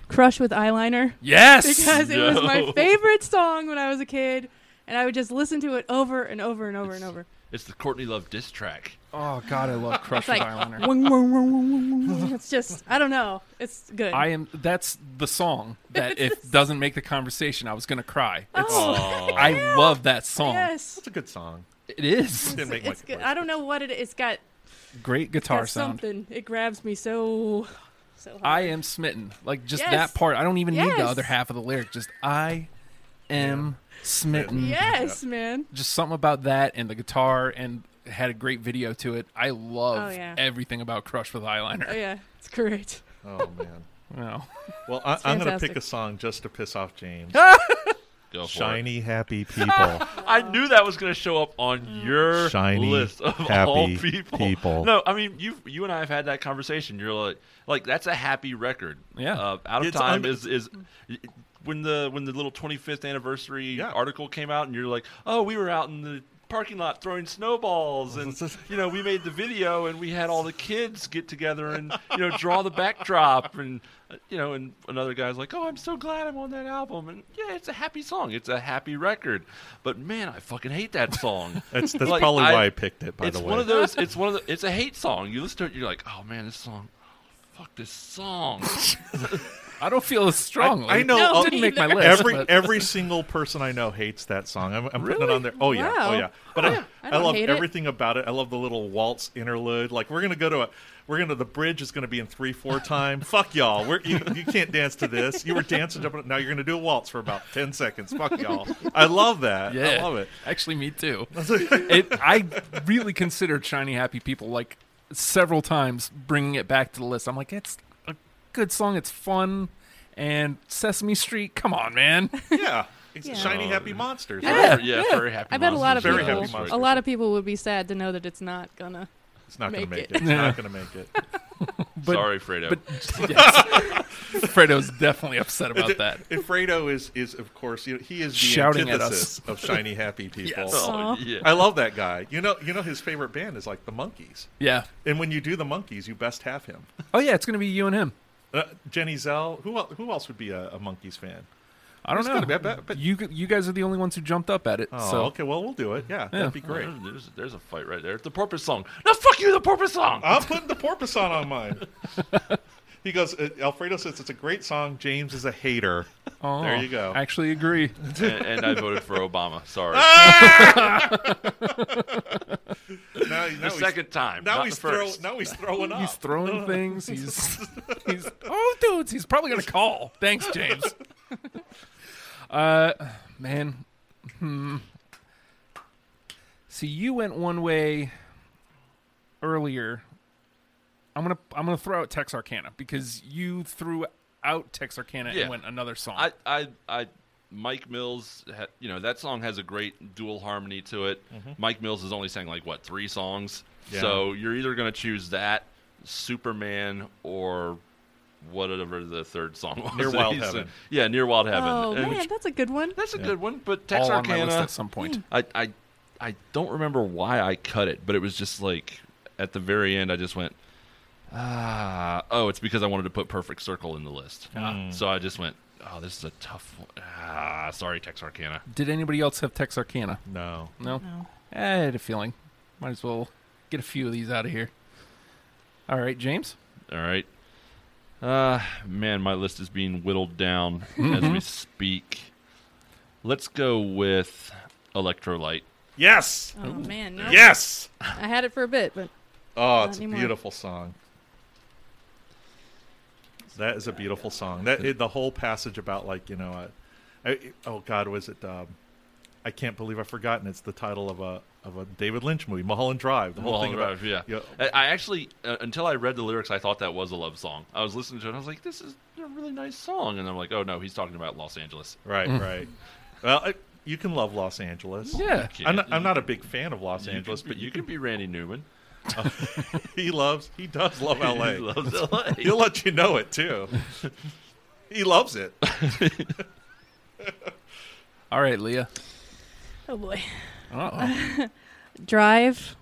Speaker 3: Crush with eyeliner
Speaker 1: Yes.
Speaker 3: because it was
Speaker 4: No.
Speaker 3: my favorite song when I was a kid, and I would just listen to it over and over and over and over.
Speaker 4: It's the Courtney Love diss track.
Speaker 1: oh God, I love Crush
Speaker 3: It's like-
Speaker 1: with Eyeliner.
Speaker 3: Wung, wung, wung, wung, wung, wung, wung. it's just I don't know. It's good.
Speaker 1: I am. That's the song that if doesn't make the conversation, I was gonna cry. It's,
Speaker 3: oh,
Speaker 1: I love that song.
Speaker 3: yes,
Speaker 2: It's a good song.
Speaker 1: It is
Speaker 2: Didn't make my
Speaker 3: it's good. I don't know what it. It's got,
Speaker 1: great
Speaker 3: got
Speaker 1: guitar sound.
Speaker 3: something. It grabs me so so. Hard.
Speaker 1: I am smitten. Like just
Speaker 3: Yes.
Speaker 1: that part. I don't even need the
Speaker 3: Yes.
Speaker 1: other half of the lyric. Just I am smitten.
Speaker 3: yes, man.
Speaker 1: Just something about that and the guitar and it had a great video to it. I love
Speaker 3: Oh, yeah.
Speaker 1: everything about Crush with
Speaker 3: Oh
Speaker 1: Eyeliner.
Speaker 3: yeah, it's great.
Speaker 2: Oh man.
Speaker 1: Wow.
Speaker 2: Well, I, I'm going to
Speaker 3: fantastic.
Speaker 2: pick a song just to piss off James.
Speaker 4: Go for it.
Speaker 2: Shiny happy people.
Speaker 4: I knew that was going to show up on your
Speaker 2: Shiny,
Speaker 4: list of
Speaker 2: happy
Speaker 4: all people.
Speaker 2: people.
Speaker 4: No, I mean you. You and I have had that conversation. You're like, like that's a happy record.
Speaker 1: Yeah.
Speaker 4: Uh, Out of
Speaker 2: It's un-
Speaker 4: time is is when the when the little 25th anniversary
Speaker 2: Yeah.
Speaker 4: article came out, and you're like, oh, we were out in the parking lot throwing snowballs and you know we made the video and we had all the kids get together and you know draw the backdrop and uh, you know and another guy's like oh i'm so glad i'm on that album and yeah it's a happy song it's a happy record but man i fucking hate that song
Speaker 2: That's that's
Speaker 4: Like,
Speaker 2: probably
Speaker 4: I-
Speaker 2: why I picked it. By
Speaker 4: it's
Speaker 2: the way,
Speaker 4: one of those it's one of the it's a hate song you listen to it you're like oh man this song fuck this song
Speaker 1: I don't feel as strongly.
Speaker 2: I know
Speaker 1: it
Speaker 3: No,
Speaker 1: didn't
Speaker 3: me
Speaker 1: make my
Speaker 3: neither.
Speaker 1: list.
Speaker 2: every
Speaker 1: but-
Speaker 2: every single person I know hates that song. I'm, I'm putting it
Speaker 1: Really?
Speaker 2: on there. Oh yeah,
Speaker 3: Wow.
Speaker 2: oh yeah. But
Speaker 3: Yeah,
Speaker 2: I,
Speaker 3: I
Speaker 2: I,
Speaker 3: don't
Speaker 2: love
Speaker 3: hate it.
Speaker 2: everything about it. I love the little waltz interlude. Like we're gonna go to a, we're gonna the bridge is gonna be in three four time. Fuck y'all. We're you, you can't dance to this. You were dancing jumping. Now you're gonna do a waltz for about ten seconds. Fuck y'all. I love that.
Speaker 1: yeah,
Speaker 2: I love it.
Speaker 1: Actually, me too. it, I really considered "Shiny Happy People" like several times, bringing it back to the list. I'm like, it's a good song. It's fun. And Sesame Street, come on, man.
Speaker 2: Yeah. It's
Speaker 3: Yeah.
Speaker 2: Shiny happy monsters.
Speaker 1: Yeah.
Speaker 4: yeah, very happy.
Speaker 3: I bet a lot of
Speaker 2: Very
Speaker 4: Monsters.
Speaker 2: happy
Speaker 3: people, a
Speaker 2: monsters.
Speaker 3: lot of people would be sad to know that it's not gonna.
Speaker 2: It's not gonna
Speaker 3: Make
Speaker 2: make
Speaker 3: it.
Speaker 2: it. It's
Speaker 1: Yeah.
Speaker 2: not gonna make it.
Speaker 1: But,
Speaker 4: Sorry, Fredo.
Speaker 1: but yes, Fredo's definitely upset about that.
Speaker 2: If Fredo is is of course you know, he is the
Speaker 1: Shouting at
Speaker 2: antithesis of shiny happy people.
Speaker 4: oh,
Speaker 3: Aw.
Speaker 4: yeah.
Speaker 2: I love that guy. You know, you know his favorite band is like the Monkees,
Speaker 1: Yeah.
Speaker 2: and when you do the Monkees, you best have him.
Speaker 1: Oh yeah, it's gonna be you and him.
Speaker 2: Uh, Jenny Zell. Who el- who else would be a, a Monkees fan?
Speaker 1: I don't
Speaker 2: It's
Speaker 1: know.
Speaker 2: gotta be- I bet- but-
Speaker 1: you you guys are the only ones who jumped up at it.
Speaker 2: Oh,
Speaker 1: so
Speaker 2: okay. Well, we'll do it. Yeah,
Speaker 1: Yeah. Mm-hmm.
Speaker 2: that'd be great.
Speaker 4: There's, there's- there's a fight right there. The porpoise song. No, fuck you, the porpoise song.
Speaker 2: I'm putting the porpoise on on mine. He goes. uh, Alfredo says it's a great song. James is a hater.
Speaker 1: Oh,
Speaker 2: There you go.
Speaker 1: I actually agree.
Speaker 4: and, and I voted for Obama. Sorry,
Speaker 2: Now, now
Speaker 4: the
Speaker 2: he's-
Speaker 4: second time.
Speaker 2: Now
Speaker 4: not
Speaker 2: he's
Speaker 4: the first.
Speaker 2: throw, Now he's throwing up.
Speaker 1: He's throwing things. He's he's oh dudes, he's probably gonna call. Thanks, James. Uh man. Hmm. See you went one way earlier. I'm gonna I'm gonna throw out Texarkana because you threw out Texarkana
Speaker 4: Yeah.
Speaker 1: and went another song.
Speaker 4: I, I, I, Mike Mills, ha- you know that song has a great dual harmony to it. Mike Mills has only sang like what three songs,
Speaker 2: Yeah.
Speaker 4: so you're either going to choose that Superman or whatever the third song was.
Speaker 2: Near
Speaker 4: that
Speaker 2: Wild
Speaker 4: he sang.
Speaker 2: Heaven.
Speaker 4: Yeah, near Wild Heaven.
Speaker 3: Oh
Speaker 4: And
Speaker 3: man, that's a good one.
Speaker 4: that's a good one. But
Speaker 1: all on my
Speaker 4: Texarkana,
Speaker 1: list at some point.
Speaker 4: I, I I don't remember why I cut it, but it was just like at the very end, I just went, ah, oh, it's because I wanted to put Perfect Circle in the list. Ah, So I just went, oh, this is a tough one. Ah, sorry, Texarkana.
Speaker 1: Did anybody else have Texarkana?
Speaker 2: No.
Speaker 1: No. Eh,
Speaker 3: No.
Speaker 1: I had a feeling. Might as well get a few of these out of here. All right, James.
Speaker 4: All right. Uh, man, my list is being whittled down as we speak. Let's go with Electrolyte.
Speaker 2: Yes.
Speaker 3: Oh man, no.
Speaker 2: Yes.
Speaker 3: I had it for a bit, but
Speaker 2: Oh, it's a
Speaker 3: anymore.
Speaker 2: beautiful song. That is a beautiful song. That it, the whole passage about like you know, uh, I, it- oh God, was it? Um, I can't believe I've forgotten. It's the title of a of a David Lynch movie, Mulholland Drive. The whole
Speaker 4: Mulholland
Speaker 2: thing
Speaker 4: Drive,
Speaker 2: about
Speaker 4: yeah.
Speaker 2: yeah,
Speaker 4: I I actually, uh, until I read the lyrics, I thought that was a love song. I was listening to it, and I was like, "This is a really nice song," and I'm like, "Oh no, he's talking about Los Angeles."
Speaker 2: right, right. Well, I, you can love Los Angeles.
Speaker 1: Yeah.
Speaker 4: Kid,
Speaker 2: I'm not, I'm not a big fan of Los
Speaker 4: you
Speaker 2: Angeles,
Speaker 4: can,
Speaker 2: but
Speaker 4: you
Speaker 2: you
Speaker 4: can be Randy Newman.
Speaker 2: can. He loves. He does love
Speaker 4: He
Speaker 2: L.A.
Speaker 4: loves LA.
Speaker 2: He'll let you know it too. he loves it.
Speaker 1: All right, Leah.
Speaker 3: oh boy,
Speaker 1: Uh-oh.
Speaker 3: Drive.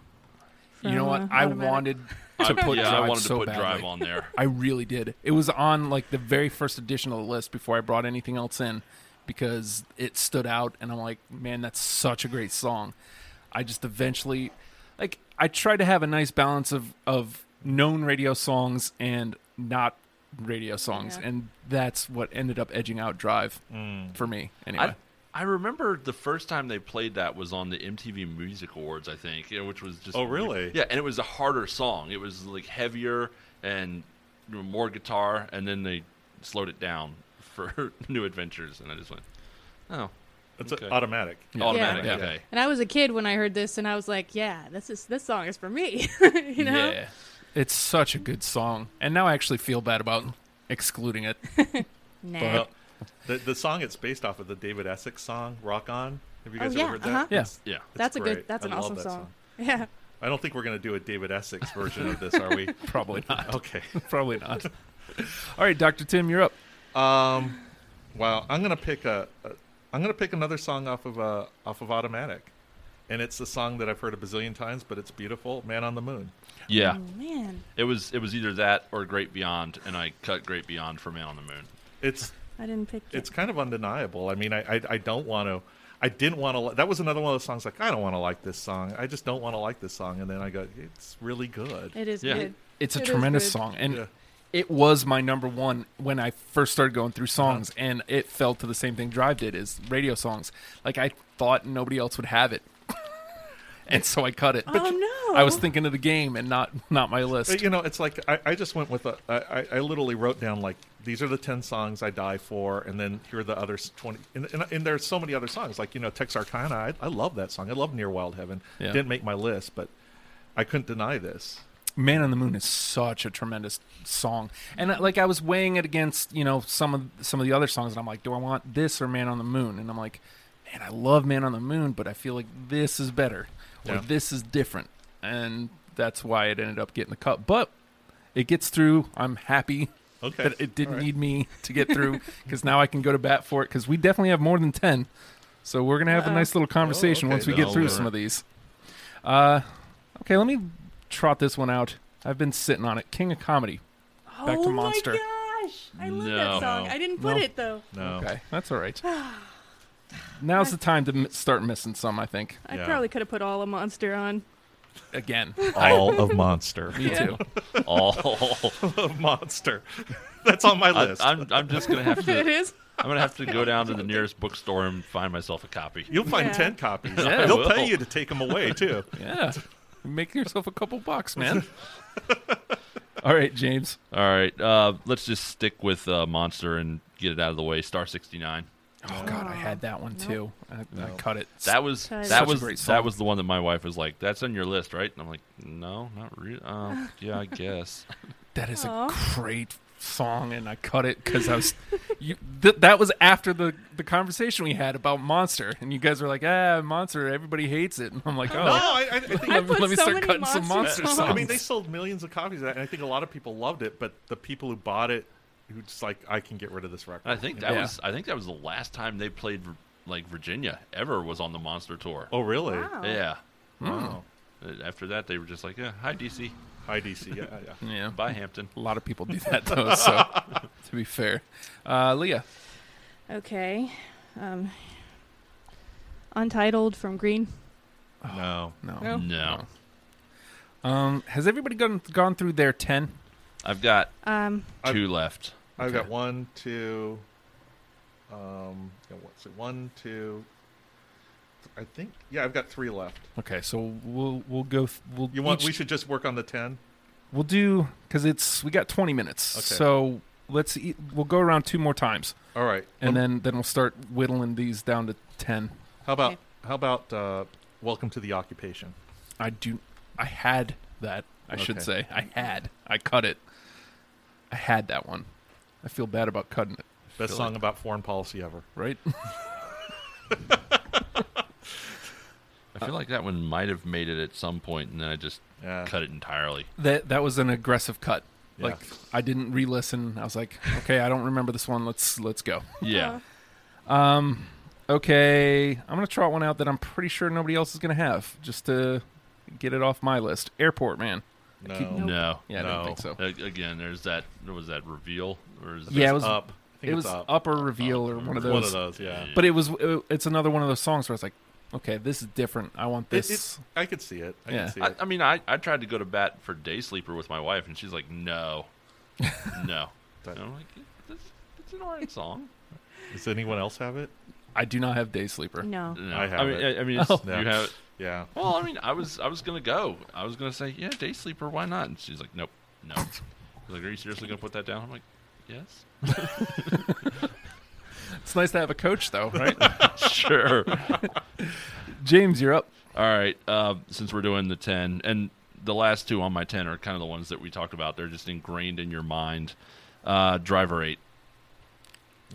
Speaker 1: You know
Speaker 3: from,
Speaker 1: what?
Speaker 3: uh,
Speaker 1: I
Speaker 3: Automatic.
Speaker 1: wanted
Speaker 4: I,
Speaker 1: to put
Speaker 4: yeah,
Speaker 1: drive
Speaker 4: I wanted
Speaker 1: so
Speaker 4: to put
Speaker 1: badly.
Speaker 4: Drive on there.
Speaker 1: I really did. It was on like the very first edition of the list before I brought anything else in because it stood out and I'm like, man, that's such a great song. I just eventually like I tried to have a nice balance of of known radio songs and not radio songs
Speaker 3: Yeah.
Speaker 1: and that's what ended up edging out drive for me anyway.
Speaker 4: Mm. I, I remember the first time they played that was on the MTV Music Awards, I think, you know, which was just
Speaker 2: Oh, really?
Speaker 4: yeah, and it was a harder song. It was like heavier and you know, more guitar, and then they slowed it down for New Adventures, and I just went, oh,
Speaker 2: It's
Speaker 4: Okay.
Speaker 2: automatic.
Speaker 4: automatic,
Speaker 1: Yeah.
Speaker 4: okay.
Speaker 3: And I was a kid when I heard this, and I was like, "Yeah, this is this song is for me." you know?
Speaker 1: Yeah. It's such a good song. And now I actually feel bad about excluding it.
Speaker 3: Nah.
Speaker 2: Well, the the song it's based off of the David Essex song "Rock On." Have you
Speaker 3: Oh,
Speaker 2: guys
Speaker 3: yeah,
Speaker 2: ever heard that?
Speaker 3: uh-huh.
Speaker 1: Yeah.
Speaker 2: It's-
Speaker 4: Yeah.
Speaker 2: it's
Speaker 3: that's a good.
Speaker 2: great.
Speaker 3: That's
Speaker 2: I
Speaker 3: an
Speaker 2: love
Speaker 3: awesome
Speaker 2: that
Speaker 3: song. Yeah.
Speaker 2: I don't think we're gonna do a David Essex version of this, are we?
Speaker 1: Probably not.
Speaker 2: okay.
Speaker 1: Probably not. All right, Dr. Tim, you're up.
Speaker 2: Um, wow. I'm gonna pick a, a. I'm gonna pick another song off of uh off of Automatic, and it's a song that I've heard a bazillion times, but it's beautiful. Man on the Moon.
Speaker 4: Yeah,
Speaker 3: Oh, man,
Speaker 4: it was it was either that or Great Beyond, and I cut Great Beyond for Man on the Moon.
Speaker 2: It's
Speaker 3: I didn't pick it.
Speaker 2: it's kind of undeniable. I mean, I I, I don't want to. I didn't want to. That was another one of those songs. Like I don't want to like this song. I just don't want to like this song. And then I go, it's really good.
Speaker 3: It is
Speaker 4: Yeah.
Speaker 3: good.
Speaker 1: It's a
Speaker 3: It is
Speaker 1: tremendous
Speaker 3: good.
Speaker 1: song. And
Speaker 2: Yeah.
Speaker 1: it was my number one when I first started going through songs, and it fell to the same thing Drive did is radio songs. Like I thought nobody else would have it, and so I cut it.
Speaker 3: Oh, no.
Speaker 1: I was thinking of the game and not not my
Speaker 2: But,
Speaker 1: list.
Speaker 2: you know, it's like I, I just went with a, I, I- I literally wrote down like these are the ten songs I die for, and then here are the other s- twenty. And, and, and there's so many other songs, like you know Texarkana. I, I love that song. I love Near Wild Heaven.
Speaker 1: Yeah.
Speaker 2: Didn't make my list, but I couldn't deny this.
Speaker 1: Man on the Moon is such a tremendous song, and uh, like I was weighing it against you know some of some of the other songs, and I'm like, do I want this or Man on the Moon? And I'm like, man, I love Man on the Moon, but I feel like this is better or
Speaker 2: Yeah.
Speaker 1: this is different, and that's why it ended up getting the cut. But it gets through. I'm happy
Speaker 2: Okay,
Speaker 1: that it didn't
Speaker 2: All right.
Speaker 1: need me to get through because now I can go to bat for it because we definitely have more than 10. So we're going to have a
Speaker 3: Uh-oh.
Speaker 1: nice little conversation
Speaker 2: Oh, okay,
Speaker 1: once we
Speaker 2: then
Speaker 1: get
Speaker 2: I'll
Speaker 1: through
Speaker 2: learn.
Speaker 1: some of these. Uh, okay, let me trot this one out. I've been sitting on it. King of Comedy. Back to
Speaker 3: oh
Speaker 1: Monster.
Speaker 3: my gosh! I love
Speaker 4: No.
Speaker 3: that song. I didn't put
Speaker 1: No.
Speaker 3: it though.
Speaker 2: No,
Speaker 1: Okay, that's all right. Now's the time to m- start missing some, I think.
Speaker 3: I
Speaker 2: Yeah.
Speaker 3: probably could have put all a monster on.
Speaker 1: Again,
Speaker 2: all of Monster,
Speaker 1: me too.
Speaker 4: Oh,
Speaker 2: of Monster. That's on my
Speaker 4: I,
Speaker 2: list.
Speaker 4: I'm I'm just gonna have
Speaker 3: it
Speaker 4: to
Speaker 3: is.
Speaker 4: I'm gonna have to go down to the nearest bookstore and find myself a copy.
Speaker 2: You'll find
Speaker 3: Yeah.
Speaker 2: ten copies.
Speaker 4: Yeah, I
Speaker 2: They'll
Speaker 4: will.
Speaker 2: pay you to take them away too.
Speaker 1: Yeah. Make yourself a couple bucks, man. all right, James.
Speaker 4: All right, uh, let's just stick with uh, Monster and get it out of the way. Star sixty nine.
Speaker 1: Oh, God, I had that one too. I, I cut it.
Speaker 4: That was
Speaker 3: Such
Speaker 4: that
Speaker 1: a
Speaker 4: was
Speaker 1: great song.
Speaker 4: that was the one that my wife was like, "That's on your list, right?" And I'm like, "No, not really. Uh, yeah, I guess."
Speaker 1: That is
Speaker 3: Aw.
Speaker 1: a great song, and I cut it because I was. you, th- that was after the the conversation we had about Monster, and you guys were like, "Ah, Monster, everybody hates it," and I'm like, "Oh,
Speaker 2: No, I, I, I think
Speaker 3: I
Speaker 1: let, me-
Speaker 3: put
Speaker 1: let me
Speaker 3: so
Speaker 1: start
Speaker 3: many
Speaker 1: cutting some
Speaker 3: Monster
Speaker 1: Monster songs."
Speaker 3: songs.
Speaker 2: I mean, they sold millions of copies of that, and I think a lot of people loved it. But the people who bought it, who just like, I can get rid of this record.
Speaker 4: I think that
Speaker 1: Yeah.
Speaker 4: was I think that was the last time they played like Virginia ever was on the Monster tour.
Speaker 2: Oh, really?
Speaker 3: Wow.
Speaker 4: Yeah.
Speaker 1: Hmm.
Speaker 2: Wow.
Speaker 4: Uh, After that, they were just like, "Yeah, hi DC,
Speaker 2: IDC. Yeah, yeah.
Speaker 1: yeah,
Speaker 4: bye Hampton."
Speaker 1: a lot of people do that though. So, to be fair, uh, Leah,
Speaker 3: Okay. Um, Untitled from Green.
Speaker 2: No.
Speaker 1: no,
Speaker 3: No.
Speaker 4: No,
Speaker 1: Um, has everybody gone gone through their ten?
Speaker 4: I've got
Speaker 3: Um,
Speaker 2: I've-
Speaker 4: two left.
Speaker 2: I've
Speaker 1: Okay.
Speaker 2: got one, two. Um, got what, so one, two. I think yeah, I've got three left.
Speaker 1: Okay, so we'll we'll go. Th- we'll
Speaker 2: You want?
Speaker 1: each
Speaker 2: We should just work on the ten.
Speaker 1: We'll do because it's we got twenty minutes.
Speaker 2: Okay.
Speaker 1: So let's e- we'll go around two more times,
Speaker 2: All right.
Speaker 1: and
Speaker 2: Lem-
Speaker 1: then then we'll start whittling these down to ten.
Speaker 2: how about
Speaker 3: Okay.
Speaker 2: how about uh, Welcome to the Occupation?
Speaker 1: I do. I had that. I should
Speaker 2: Okay.
Speaker 1: say I had. I cut it. I had that one. I feel bad about cutting it.
Speaker 2: Best
Speaker 1: Feel
Speaker 2: song
Speaker 1: like-
Speaker 2: about foreign policy ever.
Speaker 1: right?
Speaker 4: I feel like that one might have made it at some point, and then I just
Speaker 2: Yeah.
Speaker 4: cut it entirely.
Speaker 1: that that was an aggressive cut.
Speaker 2: Yeah.
Speaker 1: Like I didn't re-listen. I was like, okay, I don't remember this one. Let's let's go.
Speaker 3: uh,
Speaker 4: Yeah,
Speaker 1: Um, okay, I'm gonna trot one out that I'm pretty sure nobody else is gonna have, just to get it off my list. Airport man.
Speaker 2: No.
Speaker 1: keep-
Speaker 3: Nope.
Speaker 4: no.
Speaker 1: Yeah, I don't
Speaker 2: No.
Speaker 1: think so.
Speaker 4: A- Again, there's that. What was that reveal? Or is
Speaker 1: Yeah, it
Speaker 4: that-
Speaker 1: was
Speaker 2: up. I think
Speaker 1: it
Speaker 2: it's
Speaker 1: was
Speaker 2: up.
Speaker 1: upper reveal or one of those.
Speaker 2: One of those. Yeah.
Speaker 1: But it was it's another one of those songs where it's like, okay, this is different. I want
Speaker 2: It-
Speaker 1: this.
Speaker 2: it- I could see it. I
Speaker 1: Yeah.
Speaker 2: could see
Speaker 4: I,
Speaker 2: it.
Speaker 4: I mean, I, I tried to go to bat for Day Sleeper with my wife, and she's like, "No, no."
Speaker 2: That-
Speaker 4: And I'm like, it's, "It's an alright song."
Speaker 2: Does anyone else have it?
Speaker 1: I do not have Day Sleeper.
Speaker 3: No.
Speaker 4: No.
Speaker 2: I have
Speaker 4: mean,
Speaker 2: it.
Speaker 4: I, I mean, it's,
Speaker 1: Oh.
Speaker 2: Yeah.
Speaker 4: you have it.
Speaker 2: Yeah.
Speaker 4: Well, I mean, I was I was gonna go. I was gonna say, "Yeah, Day Sleeper, why not?" And she's like, "Nope, no." She's like, "Are you seriously gonna put that down?" I'm like, "Yes."
Speaker 1: It's nice to have a coach though, right?
Speaker 4: sure.
Speaker 1: James, you're up.
Speaker 4: All right. Uh, since we're doing the 10, and the last two on my 10 are kind of the ones that we talked about. They're just ingrained in your mind. Uh, Driver 8.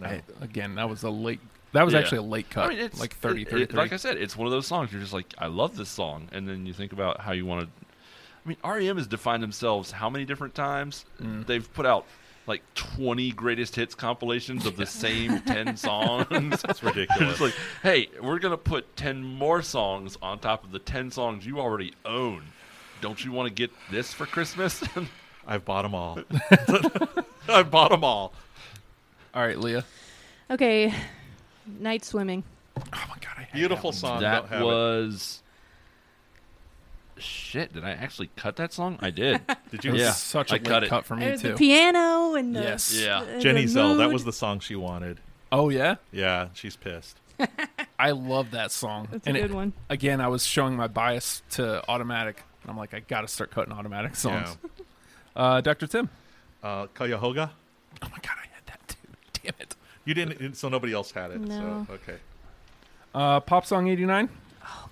Speaker 2: No.
Speaker 1: I- again, that was a late. That was
Speaker 4: Yeah.
Speaker 1: actually a late cut.
Speaker 4: I mean, it's
Speaker 1: like 30,
Speaker 4: it-
Speaker 1: 33.
Speaker 4: it- Like I said, it's one of those songs. You're just like, I love this song. And then you think about how you want to. I mean, REM has defined themselves how many different times?
Speaker 1: Mm.
Speaker 4: They've put out like 20 greatest hits compilations of the same 10 songs.
Speaker 2: That's
Speaker 4: it's
Speaker 2: ridiculous.
Speaker 4: like, hey, we're going to put 10 more songs on top of the 10 songs you already own. Don't you want to get this for Christmas?
Speaker 2: I've bought them all. I've bought them all.
Speaker 1: All right, Leah.
Speaker 3: Okay. Night swimming.
Speaker 1: Oh my god, I had
Speaker 2: Beautiful
Speaker 1: that
Speaker 2: song.
Speaker 4: that
Speaker 2: don't have
Speaker 4: was shit, did I actually cut that song? I did.
Speaker 2: Did
Speaker 1: It
Speaker 2: you?
Speaker 1: was
Speaker 4: Yeah,
Speaker 1: such a
Speaker 4: I
Speaker 1: late
Speaker 4: cut it.
Speaker 1: cut for me
Speaker 3: There's
Speaker 1: too.
Speaker 3: the piano and the,
Speaker 1: Yes.
Speaker 4: Yeah.
Speaker 3: the- the
Speaker 2: Jenny Zell. That
Speaker 3: mood.
Speaker 2: was the song she wanted.
Speaker 1: oh yeah,
Speaker 2: Yeah, she's pissed.
Speaker 1: I love that song.
Speaker 3: That's a
Speaker 1: and it-
Speaker 3: good one.
Speaker 1: Again, I was showing my bias to automatic, and I'm like, I gotta start cutting automatic songs. Uh, Dr. Tim.
Speaker 2: Yeah. Uh, Cuyahoga.
Speaker 1: Oh my god, I had that too. Damn it.
Speaker 2: You didn't, so nobody else had it.
Speaker 3: No.
Speaker 2: So okay.
Speaker 1: Uh, Pop song '89.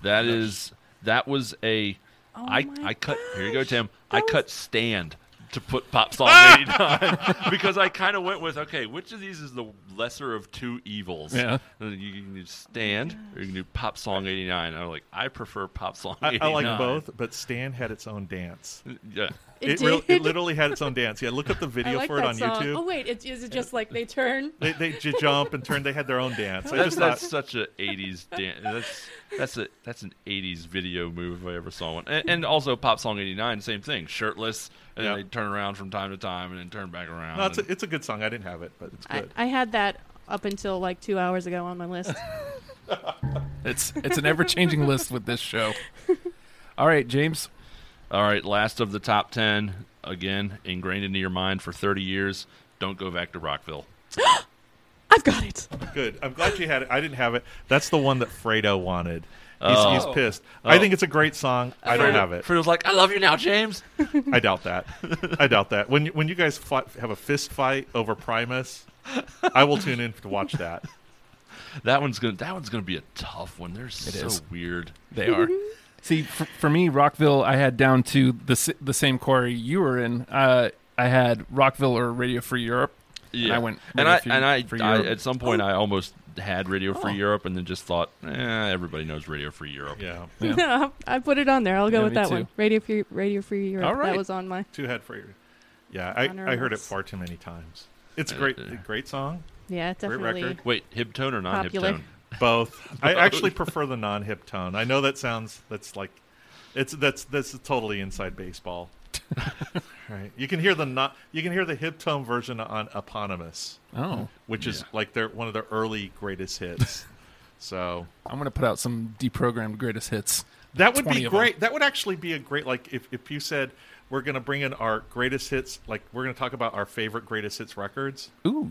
Speaker 4: That is that was a
Speaker 3: Oh
Speaker 4: I
Speaker 3: my
Speaker 4: I cut here you go
Speaker 3: gosh.
Speaker 4: Tim. I
Speaker 3: That
Speaker 4: cut stand to put pop song 89 because I kind of went with okay, which of these is the lesser of two evils?
Speaker 1: Yeah.
Speaker 4: And you can do stand
Speaker 3: Oh
Speaker 4: or you can do pop song 89. And I'm like I prefer pop song
Speaker 2: I,
Speaker 4: 89.
Speaker 2: I like both, but Stan had its own dance.
Speaker 4: Yeah.
Speaker 3: It,
Speaker 2: It,
Speaker 3: did.
Speaker 2: real- it literally had its own dance. Yeah, look up the
Speaker 3: I
Speaker 2: video
Speaker 3: like
Speaker 2: for
Speaker 3: that
Speaker 2: it on
Speaker 3: song.
Speaker 2: YouTube.
Speaker 3: Oh wait, it, is it just like they turn?
Speaker 2: They, they j- jump and turn. They had their own dance. I
Speaker 4: That's,
Speaker 2: just thought,
Speaker 4: that's such a 80s dance. That's that's a that's an 80s video move if I ever saw one. And, and also pop song 89 same thing. Shirtless and
Speaker 2: Yeah.
Speaker 4: they turn around from time to time and then turn back around.
Speaker 2: no, it's
Speaker 4: and-
Speaker 2: a, it's a good song. I didn't have it, but it's
Speaker 3: I,
Speaker 2: good.
Speaker 3: I had that up until like two hours ago on my list.
Speaker 1: It's it's an ever changing list with this show. All right, James.
Speaker 4: All right, last of the top 10. Again, ingrained into your mind for 30 years. Don't go back to Rockville.
Speaker 3: I've got it.
Speaker 2: Good. I'm glad you had it. I didn't have it. That's the one that Fredo wanted. He's,
Speaker 4: Oh.
Speaker 2: he's pissed. I
Speaker 4: Oh.
Speaker 2: think it's a great song. I don't have it.
Speaker 4: Fred was like, I love you now, James.
Speaker 2: I doubt that. I doubt that. When you- when you guys fought, have a fist fight over Primus, I will tune in to watch that.
Speaker 4: That one's gonna that one's gonna be a tough one. They're so
Speaker 1: is.
Speaker 4: weird.
Speaker 1: They are. See, for, for me, Rockville, I had down to the s- the same quarry you were in. Uh, I had Rockville or Radio Free Europe. And I went.
Speaker 4: and
Speaker 1: Radio
Speaker 4: I
Speaker 1: Free-
Speaker 4: and I,
Speaker 1: Free
Speaker 4: I
Speaker 1: Europe.
Speaker 4: at some
Speaker 2: Oh.
Speaker 4: point I almost had Radio Free
Speaker 1: Oh.
Speaker 4: Europe and then just thought, eh, everybody knows Radio Free Europe.
Speaker 2: Yeah.
Speaker 1: Yeah.
Speaker 3: No, I put it on there. I'll go
Speaker 1: Yeah,
Speaker 3: with
Speaker 1: me
Speaker 3: that
Speaker 1: too.
Speaker 3: one. Radio Free, Radio Free Europe.
Speaker 1: All right.
Speaker 3: That was on my.
Speaker 2: Two head Fredo. Yeah, I, I heard it far too many times. It's a great, a great song.
Speaker 3: Yeah, it
Speaker 2: Great
Speaker 3: definitely.
Speaker 2: record.
Speaker 4: Wait, hip tone or non hip
Speaker 3: Popular.
Speaker 4: tone?
Speaker 2: Both. I actually prefer the non-hip tone. I know that sounds that's like it's that's that's totally inside baseball. right. You can hear the not you can hear the hip tone version on eponymous,
Speaker 1: oh,
Speaker 2: which is like their one of their early greatest hits. so
Speaker 1: I'm gonna put out some deprogrammed greatest hits.
Speaker 2: that would
Speaker 1: 20
Speaker 2: be
Speaker 1: of 'em.
Speaker 2: great. That would actually be a great like if, if you said we're gonna bring in our greatest hits, like we're gonna talk about our favorite greatest hits records.
Speaker 1: Ooh,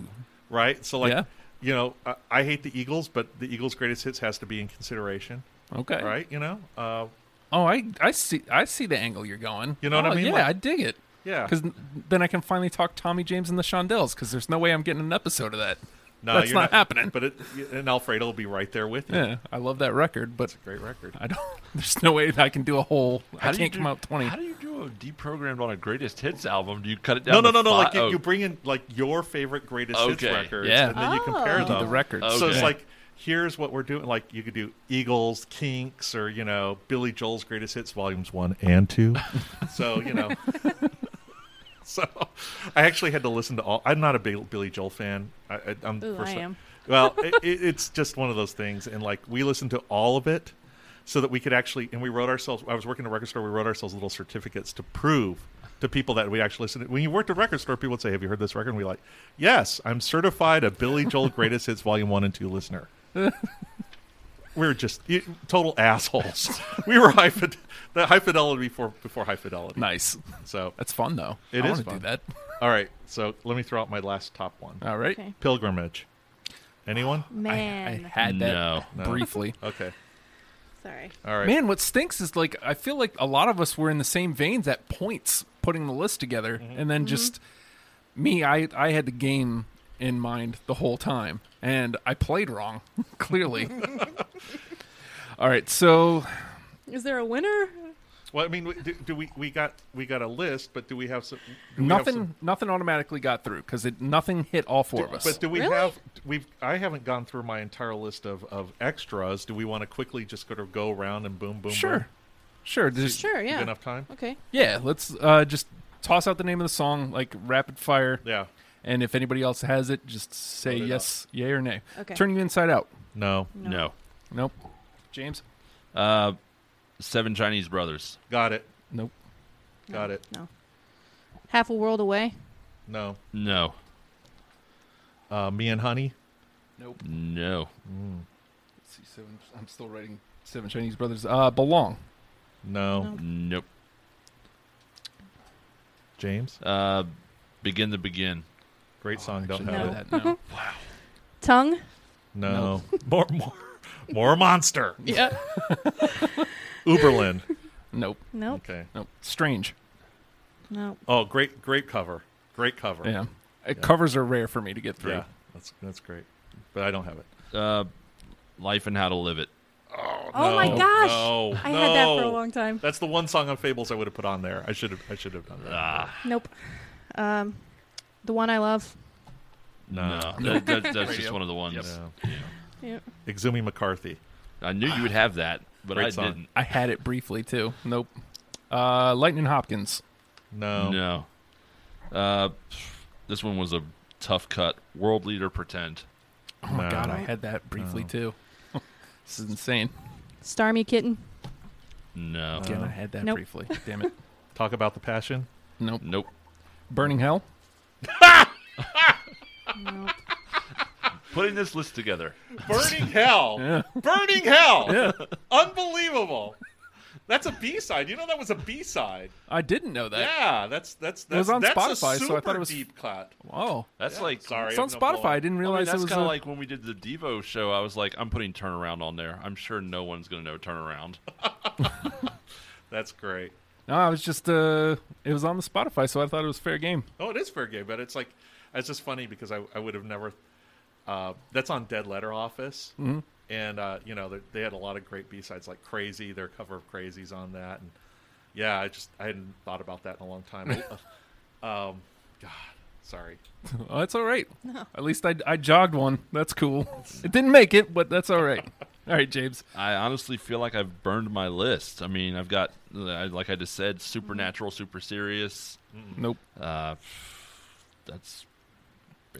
Speaker 2: right? So like,
Speaker 1: Yeah.
Speaker 2: you know, I, I hate the Eagles, but the Eagles' greatest hits has to be in consideration,
Speaker 1: okay.
Speaker 2: right? You know, uh,
Speaker 1: Oh, I I see I see the angle you're going.
Speaker 2: You know what I
Speaker 1: Oh,
Speaker 2: mean?
Speaker 1: Yeah,
Speaker 2: Like-
Speaker 1: I dig it.
Speaker 2: yeah.
Speaker 1: Because then I can finally talk Tommy James and the Shondells. Because there's no way I'm getting an episode of that.
Speaker 2: No,
Speaker 1: that's
Speaker 2: you're
Speaker 1: not happening.
Speaker 2: But it, and Alfredo will be right there with you.
Speaker 1: Yeah, I love that record, but
Speaker 2: It's a great record.
Speaker 1: I don't. There's no way that I can do a whole. I
Speaker 4: do you
Speaker 1: can't
Speaker 4: do-
Speaker 1: come out twenty.
Speaker 4: How do you do a deprogrammed on a greatest hits album? Do you cut it
Speaker 2: No,
Speaker 4: down?
Speaker 2: no, no,
Speaker 4: to
Speaker 2: no.
Speaker 4: fi-
Speaker 2: Like you,
Speaker 4: oh.
Speaker 2: you bring in like your favorite greatest
Speaker 4: Okay,
Speaker 2: hits records,
Speaker 1: yeah.
Speaker 2: and then you compare
Speaker 3: Oh.
Speaker 1: do
Speaker 2: them.
Speaker 1: the records?
Speaker 2: So it's
Speaker 4: Okay.
Speaker 2: like here's what we're doing. Like you could do Eagles, Kinks, or you know Billy Joel's greatest hits volumes one and two. so you know. So, I actually had to listen to all. I'm not a big Billy Joel fan. I, I, I'm
Speaker 3: Ooh,
Speaker 2: first-
Speaker 3: I am.
Speaker 2: Well, it, it, it's just one of those things, and like we listened to all of it, so that we could actually. And we wrote ourselves. I was working at a record store. We wrote ourselves little certificates to prove to people that we actually listened. To, when you worked at a record store, people would say, "Have you heard this record?" And we like, "Yes, I'm certified a Billy Joel Greatest Hits Volume One and Two listener." we were just y- total assholes. we were high, fide- the high fidelity before before high fidelity.
Speaker 1: nice.
Speaker 2: So
Speaker 1: That's fun though.
Speaker 2: It
Speaker 1: I
Speaker 2: is
Speaker 1: wanna
Speaker 2: fun.
Speaker 1: do that.
Speaker 2: all right, so let me throw out my last top one.
Speaker 1: All right.
Speaker 3: Okay.
Speaker 2: Pilgrimage. Anyone?
Speaker 1: I, I
Speaker 3: Man,
Speaker 1: had that
Speaker 4: No.
Speaker 2: No.
Speaker 1: briefly.
Speaker 2: Okay.
Speaker 3: sorry.
Speaker 2: All right.
Speaker 1: Man, what stinks is like I feel like a lot of us were in the same veins at points putting the list together,
Speaker 2: Mm-hmm.
Speaker 1: and then just me, I I had the game in mind the whole time, and I played wrong clearly. All right, so
Speaker 3: Is there a winner?
Speaker 2: Well, I mean, we- do, do we we got we got a list, but do we have some do we have
Speaker 1: nothing
Speaker 2: some-
Speaker 1: nothing automatically got through because it nothing hit all four of us.
Speaker 2: but do we
Speaker 3: Really?
Speaker 2: have we've I haven't gone through my entire list of of extras. Do we want to quickly just go to go around and boom boom? boom?
Speaker 1: sure, sure, just,
Speaker 3: Sure.
Speaker 2: Give
Speaker 3: Yeah.
Speaker 2: Enough time.
Speaker 3: Okay.
Speaker 1: yeah. Let's uh, just toss out the name of the song like rapid fire,
Speaker 2: Yeah.
Speaker 1: and if anybody else has it, just say
Speaker 2: Vote it
Speaker 1: yes, yay or nay.
Speaker 3: Okay.
Speaker 1: Turn you inside out.
Speaker 2: No.
Speaker 4: Oh, no.
Speaker 1: Nope. James.
Speaker 4: Uh, Seven Chinese Brothers.
Speaker 2: Got it.
Speaker 1: Nope.
Speaker 2: Got it.
Speaker 3: No. Half a world away.
Speaker 2: No.
Speaker 4: No.
Speaker 2: Uh, me and Honey. Mm.
Speaker 1: Nope.
Speaker 4: No.
Speaker 1: Let's see. Seven. I'm still writing Seven Chinese Brothers. Uh, belong.
Speaker 2: No.
Speaker 3: No.
Speaker 4: Nope.
Speaker 2: James,
Speaker 4: Uh, begin the begin.
Speaker 2: great song.
Speaker 1: I
Speaker 2: Don't
Speaker 1: should
Speaker 2: have
Speaker 1: know
Speaker 2: it.
Speaker 1: that now.
Speaker 3: Tongue.
Speaker 2: No. more, more, more monster.
Speaker 3: Yeah.
Speaker 2: Uberlin.
Speaker 1: Nope.
Speaker 3: nope.
Speaker 2: Okay.
Speaker 1: Nope. Strange.
Speaker 3: Nope.
Speaker 2: Oh, great, great cover. Great cover.
Speaker 1: Yeah. Uh,
Speaker 2: Yeah.
Speaker 1: Covers are rare for me to get through.
Speaker 2: Yeah, that's that's great. But I don't have it.
Speaker 4: Uh, life and how to live it.
Speaker 2: Oh,
Speaker 3: Oh my
Speaker 2: no,
Speaker 3: gosh.
Speaker 2: No,
Speaker 3: I had that for a
Speaker 2: no.
Speaker 3: long time.
Speaker 2: That's the one song on Fables I would have put on there. I should have. I should have done that.
Speaker 4: Ah,
Speaker 3: Nope. Um, the one I love.
Speaker 4: no,
Speaker 2: no.
Speaker 4: That- that- that's just
Speaker 1: Radio.
Speaker 4: one of the ones.
Speaker 2: No.
Speaker 3: Yep.
Speaker 2: Exumi McCarthy.
Speaker 4: I knew you would have that, but
Speaker 2: Great
Speaker 4: I
Speaker 2: song.
Speaker 4: didn't.
Speaker 1: I had it briefly too. Nope. Uh, Lightning Hopkins.
Speaker 2: No.
Speaker 4: No. Uh, this one was a tough cut. World leader pretend.
Speaker 1: Oh my
Speaker 2: No.
Speaker 1: god, I had that briefly
Speaker 2: No.
Speaker 1: too. this is insane.
Speaker 3: Starmy Kitten.
Speaker 4: No.
Speaker 1: Again,
Speaker 2: No.
Speaker 1: I had that
Speaker 3: Nope.
Speaker 1: briefly. Damn it.
Speaker 2: Talk about the passion.
Speaker 1: Nope.
Speaker 4: Nope.
Speaker 1: Burning Hell.
Speaker 3: Nope.
Speaker 4: Putting this list together.
Speaker 2: Burning hell.
Speaker 1: Yeah.
Speaker 2: Burning hell. Unbelievable. That's a B side. You know that was a B side.
Speaker 1: I didn't know that.
Speaker 2: Yeah, that's that's
Speaker 1: It was on Spotify, so I thought it was-
Speaker 2: cut.
Speaker 1: Oh,
Speaker 4: That's
Speaker 2: Yeah,
Speaker 4: like
Speaker 2: sorry.
Speaker 1: it's on
Speaker 2: no blow.
Speaker 1: Spotify. I didn't
Speaker 4: I mean,
Speaker 1: realize
Speaker 4: that's
Speaker 1: it was.
Speaker 4: kind
Speaker 1: a-
Speaker 4: of like when we did the Devo show. I was like, I'm putting turnaround on there. I'm sure no one's going to know turnaround.
Speaker 2: That's great.
Speaker 1: No, I was just. Uh, it was on the Spotify, so I thought it was fair game.
Speaker 2: Oh, it is fair game, but it's like it's just funny because I, I would have never. Uh, that's on Dead Letter Office,
Speaker 1: Mm-hmm.
Speaker 2: and uh, you know they, they had a lot of great B sides like Crazy, their cover of Crazy's on that, and yeah, I just I hadn't thought about that in a long time. um, God, sorry.
Speaker 1: Oh, that's all right. At least I, I jogged one. That's cool. It didn't make it, but that's all right. All right, James.
Speaker 4: I honestly feel like I've burned my list. I mean, I've got, uh, I- like I just said, supernatural,
Speaker 2: Mm-hmm.
Speaker 4: super serious.
Speaker 1: Nope.
Speaker 4: Uh, that's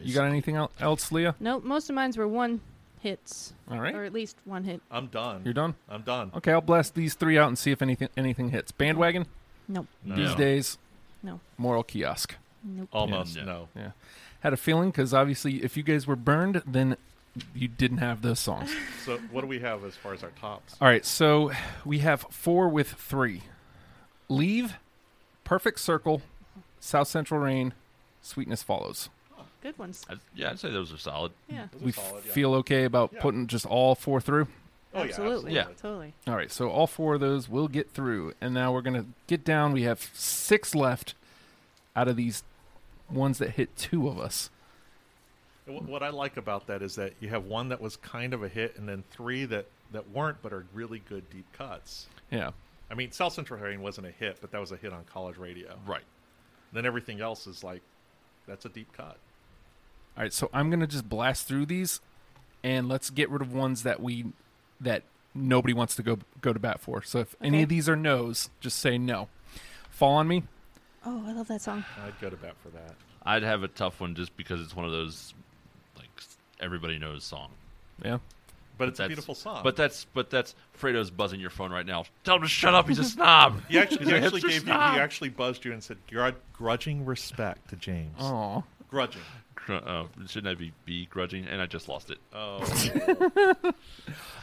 Speaker 1: You got anything el- else, Leah?
Speaker 3: Nope. Most of mine's were one hits,
Speaker 1: All
Speaker 3: or
Speaker 1: right,
Speaker 3: at least one hit.
Speaker 2: I'm done.
Speaker 1: you're done.
Speaker 2: I'm done.
Speaker 1: Okay, I'll blast these three out and see if anything anything hits. Bandwagon
Speaker 3: Nope.
Speaker 2: No.
Speaker 1: these days.
Speaker 3: No.
Speaker 1: Moral kiosk.
Speaker 3: Nope.
Speaker 2: Almost
Speaker 4: Yeah.
Speaker 2: no.
Speaker 1: Yeah. Had a feeling because obviously, if you guys were burned, then you didn't have those songs.
Speaker 2: So what do we have as far as our tops?
Speaker 1: All right, so we have four with three. Leave, Perfect Circle, South Central Rain, Sweetness Follows.
Speaker 3: Good ones.
Speaker 4: I, yeah, I'd say those are solid.
Speaker 3: Yeah.
Speaker 2: Those are
Speaker 1: We
Speaker 2: solid, yeah.
Speaker 1: feel okay about
Speaker 2: Yeah.
Speaker 1: putting just all four through.
Speaker 2: Oh, yeah,
Speaker 3: absolutely.
Speaker 4: Yeah.
Speaker 3: Totally.
Speaker 1: All right, so all four of those will get through, and now we're gonna get down. We have six left out of these ones that hit two of us.
Speaker 2: Wh- What I like about that is that you have one that was kind of a hit, and then three that that weren't, but are really good deep cuts.
Speaker 1: Yeah,
Speaker 2: I mean, South Central Herring wasn't a hit, but that was a hit on college radio.
Speaker 4: Right.
Speaker 2: Then everything else is like, that's a deep cut.
Speaker 1: All right, so I'm gonna just blast through these, and let's get rid of ones that we that nobody wants to go go to bat for. So if any
Speaker 3: Okay.
Speaker 1: of these are no's, just say no. Fall on me.
Speaker 3: Oh, I love that song.
Speaker 2: I'd go to bat for that.
Speaker 4: I'd have a tough one just because it's one of those, like, s- everybody knows song.
Speaker 1: Yeah,
Speaker 2: But it's a
Speaker 4: That's-
Speaker 2: beautiful song.
Speaker 4: But that's but that's Fredo's buzzing your phone right now. Tell him to shut up. He's a snob.
Speaker 2: he actually,
Speaker 4: He's
Speaker 2: he
Speaker 4: a
Speaker 2: actually
Speaker 4: hipster
Speaker 2: gave you, he
Speaker 4: snob.
Speaker 2: actually buzzed you and said "Grud- grudging respect to James.
Speaker 1: oh,
Speaker 2: Grudging.
Speaker 4: Gr- Oh, shouldn't I be begrudging? And I just lost it.
Speaker 2: Oh,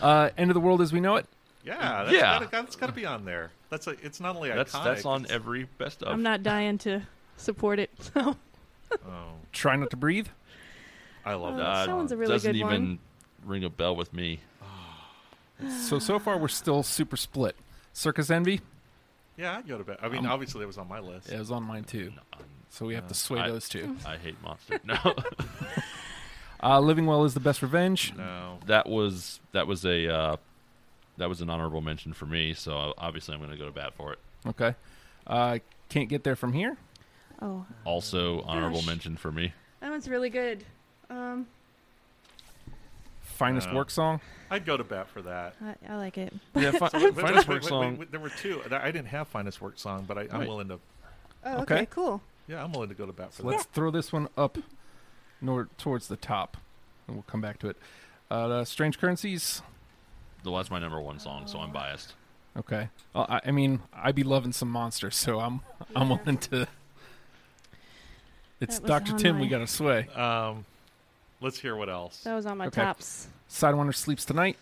Speaker 1: uh, end of the world as we know it.
Speaker 2: yeah. That's
Speaker 4: Yeah.
Speaker 2: Gotta, that's got to be on there. That's a, It's not only
Speaker 4: That's
Speaker 2: iconic.
Speaker 4: that's on
Speaker 2: it's-
Speaker 4: every best of.
Speaker 3: I'm not dying to support it. So
Speaker 2: Oh,
Speaker 1: Try not to breathe.
Speaker 2: I love
Speaker 3: Oh,
Speaker 2: that.
Speaker 4: Uh,
Speaker 3: that one's a really
Speaker 4: doesn't
Speaker 3: good
Speaker 4: even
Speaker 3: one.
Speaker 4: ring a bell with me.
Speaker 1: So so far we're still super split. Circus Envy.
Speaker 2: Yeah, I'd go to bat. I
Speaker 4: Um,
Speaker 2: mean, obviously that was on my list.
Speaker 1: It was on mine too. So we have to sway
Speaker 4: I-
Speaker 1: those two.
Speaker 4: I hate monster. No,
Speaker 1: Uh, Living Well is the best revenge.
Speaker 2: No.
Speaker 4: that was that was a uh, that was an honorable mention for me. So obviously I'm going to go to bat for it.
Speaker 1: Okay. Uh, can't get there from here.
Speaker 3: Oh,
Speaker 4: Also honorable
Speaker 3: Gosh.
Speaker 4: mention for me.
Speaker 3: that one's really good. Um,
Speaker 1: Finest
Speaker 2: No.
Speaker 1: work song.
Speaker 2: I'd go to bat for that.
Speaker 3: I, I like it.
Speaker 4: Yeah, fi-
Speaker 2: Wait, wait, wait,
Speaker 4: finest work
Speaker 2: wait,
Speaker 4: song.
Speaker 2: wait, wait, there were two. I didn't have finest work song, but I, I'm
Speaker 4: Right.
Speaker 2: willing to.
Speaker 3: Oh, okay.
Speaker 1: Okay.
Speaker 3: Cool.
Speaker 2: Yeah, I'm willing to go to bat for
Speaker 1: So let's
Speaker 2: that.
Speaker 1: throw this one up nor- towards the top, and we'll come back to it. Uh, Strange Currencies.
Speaker 4: Well, that's my number one song, so I'm biased.
Speaker 1: Okay. Well, I, I mean, I be loving some monsters, so I'm I'm
Speaker 3: Yeah.
Speaker 1: willing to. It's
Speaker 3: That was
Speaker 1: Doctor
Speaker 3: on
Speaker 1: Tim.
Speaker 3: my-
Speaker 1: We gotta sway.
Speaker 2: Um, let's hear what else.
Speaker 3: That was on my
Speaker 1: Okay.
Speaker 3: tops.
Speaker 1: Sidewinder sleeps tonight.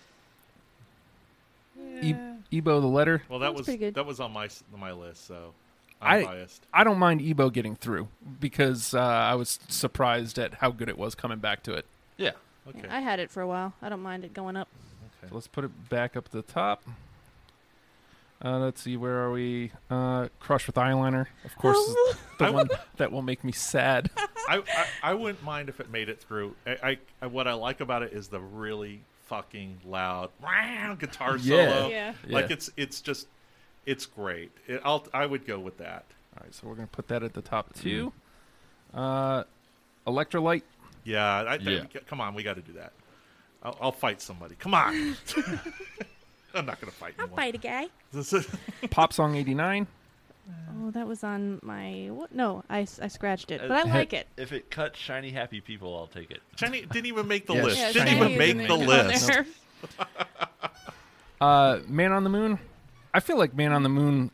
Speaker 1: E- Ebo the letter.
Speaker 2: Well, that
Speaker 3: Sounds
Speaker 2: was
Speaker 3: pretty good.
Speaker 2: that was on my s- my list, so I'm
Speaker 1: I-
Speaker 2: biased.
Speaker 1: I don't mind Ebo getting through because uh, I was surprised at how good it was coming back to it.
Speaker 4: Yeah.
Speaker 2: Okay.
Speaker 3: Yeah, I had it for a while. I don't mind it going up.
Speaker 1: So let's put it back up to the top. Uh, let's see, where are we? Uh, Crush with eyeliner, of course, is
Speaker 3: Oh.
Speaker 1: the one that will make me sad.
Speaker 2: I, I I wouldn't mind if it made it through. I, I, I what I like about it is the really fucking loud "Wow!" guitar
Speaker 1: Yeah.
Speaker 2: solo.
Speaker 3: Yeah.
Speaker 2: Like
Speaker 1: Yeah.
Speaker 2: it's it's just it's great. It, I'll I would go with that.
Speaker 1: All right, so we're gonna put that at the top two.
Speaker 3: Mm-hmm.
Speaker 1: Uh, electrolyte.
Speaker 2: Yeah. I,
Speaker 4: Yeah.
Speaker 2: I- come on, we got to do that. I'll, I'll fight somebody. Come on. I'm not gonna fight anyone.
Speaker 3: a guy.
Speaker 2: This is-
Speaker 1: Pop Song 89.
Speaker 3: Oh, that was on my. What? No, I, s- I scratched it, but I
Speaker 2: Uh,
Speaker 3: like it.
Speaker 4: If it cuts shiny happy people, I'll take it.
Speaker 2: Jenny didn't even make the
Speaker 1: Yes.
Speaker 2: list.
Speaker 1: Yeah,
Speaker 2: didn't
Speaker 1: Jenny
Speaker 2: even
Speaker 1: didn't
Speaker 2: make the
Speaker 3: go on
Speaker 2: list.
Speaker 3: there.
Speaker 1: Uh, Man on the Moon. I feel like Man on the Moon.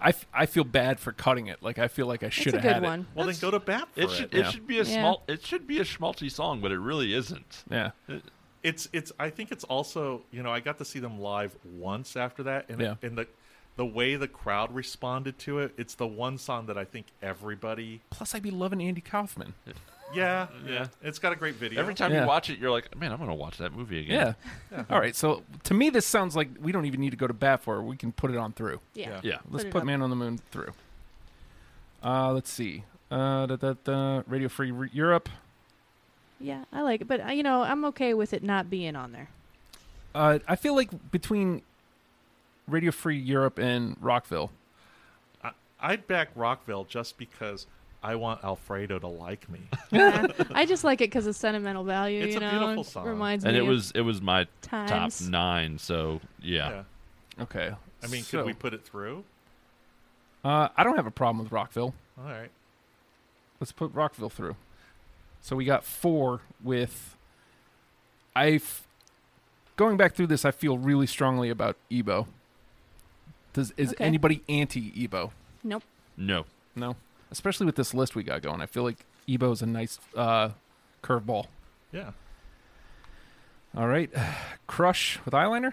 Speaker 1: I, f- I feel bad for cutting it. Like I feel like I should
Speaker 3: It's a
Speaker 1: have had
Speaker 3: good one.
Speaker 2: Well, then go to bat for
Speaker 4: It
Speaker 2: it.
Speaker 4: should
Speaker 1: yeah.
Speaker 4: it should be a
Speaker 3: Yeah.
Speaker 4: small it should be a schmaltzy song, but it really isn't.
Speaker 1: it. Yeah.
Speaker 2: it's it's i think it's also you know i got to see them live once after that and,
Speaker 1: Yeah.
Speaker 2: and the the way the crowd responded to it it's the one song that i think everybody
Speaker 1: Plus, I'd be loving Andy Kaufman.
Speaker 2: yeah
Speaker 4: Yeah.
Speaker 2: it's got a great video
Speaker 4: Every time
Speaker 1: Yeah.
Speaker 4: you watch it, you're like, man, I'm gonna watch that movie
Speaker 1: Yeah.
Speaker 4: again.
Speaker 1: All right. So to me, this sounds like we don't even need to go to bat for. it. We can put it on through.
Speaker 3: Yeah.
Speaker 4: Yeah.
Speaker 1: Let's
Speaker 3: Put it
Speaker 1: put
Speaker 3: up.
Speaker 1: Man on the Moon through. Uh, let's see. Uh, da, da, da, Radio Free Re- Europe.
Speaker 3: Yeah, I like it, but uh, you know, I'm okay with it not being on there.
Speaker 1: Uh, I feel like between Radio Free Europe and Rockville.
Speaker 2: I, i'd back rockville just because i want alfredo to like me
Speaker 3: Yeah. I just like it because of sentimental value.
Speaker 2: It's
Speaker 3: you
Speaker 2: a
Speaker 3: know?
Speaker 2: beautiful
Speaker 3: It
Speaker 2: song.
Speaker 3: Reminds
Speaker 4: And
Speaker 3: me
Speaker 4: it
Speaker 3: of
Speaker 4: was it was my
Speaker 3: times.
Speaker 4: top nine, so yeah.
Speaker 1: Okay.
Speaker 2: i mean
Speaker 1: so,
Speaker 2: could we put it through
Speaker 1: Uh, I don't have a problem with Rockville.
Speaker 2: all right
Speaker 1: Let's put Rockville through. So we got four with. I, f- going back through this, I feel really strongly about Ebo. Does is
Speaker 3: Okay.
Speaker 1: anybody anti Ebo?
Speaker 3: Nope.
Speaker 4: No.
Speaker 1: No, especially with this list we got going. I feel like Ebo is a nice uh, curveball.
Speaker 2: yeah
Speaker 1: All right, Crush with eyeliner.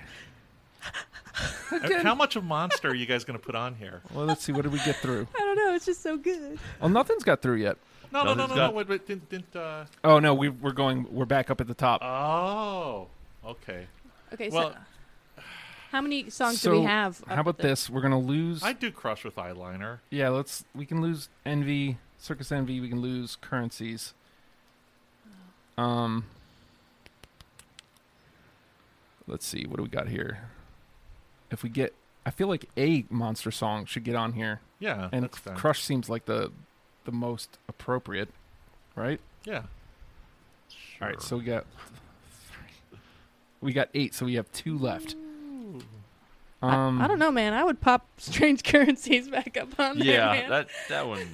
Speaker 2: And how much of monster are you guys going to put on here
Speaker 1: Well, let's see. What did we get through?
Speaker 3: I don't know. It's just so good.
Speaker 1: Well, nothing's got through yet.
Speaker 2: no no no
Speaker 4: Nothing's
Speaker 2: no,
Speaker 4: got-
Speaker 2: no wait, wait, didn't, didn't uh...
Speaker 1: Oh no, we, we're going. We're back up at the top.
Speaker 3: Uh,
Speaker 2: oh okay
Speaker 3: Okay,
Speaker 2: well
Speaker 3: so how many songs
Speaker 1: so
Speaker 3: do we have? up
Speaker 1: How about
Speaker 3: at the-
Speaker 1: this? We're gonna lose.
Speaker 2: i do crush with eyeliner
Speaker 1: Yeah, let's. We can lose envy, circus envy. We can lose currencies.
Speaker 3: Oh.
Speaker 1: Um. Let's see. What do we got here? If we get, I feel like a monster song should get on here,
Speaker 2: yeah
Speaker 1: and
Speaker 2: that's fine.
Speaker 1: crush seems like the the most appropriate, right?
Speaker 2: yeah
Speaker 1: All right. So we got we got eight. So we have two left. Um,
Speaker 3: I- I, don't know, man. I would pop strange currencies back up on there.
Speaker 4: yeah,
Speaker 3: man.
Speaker 4: that that one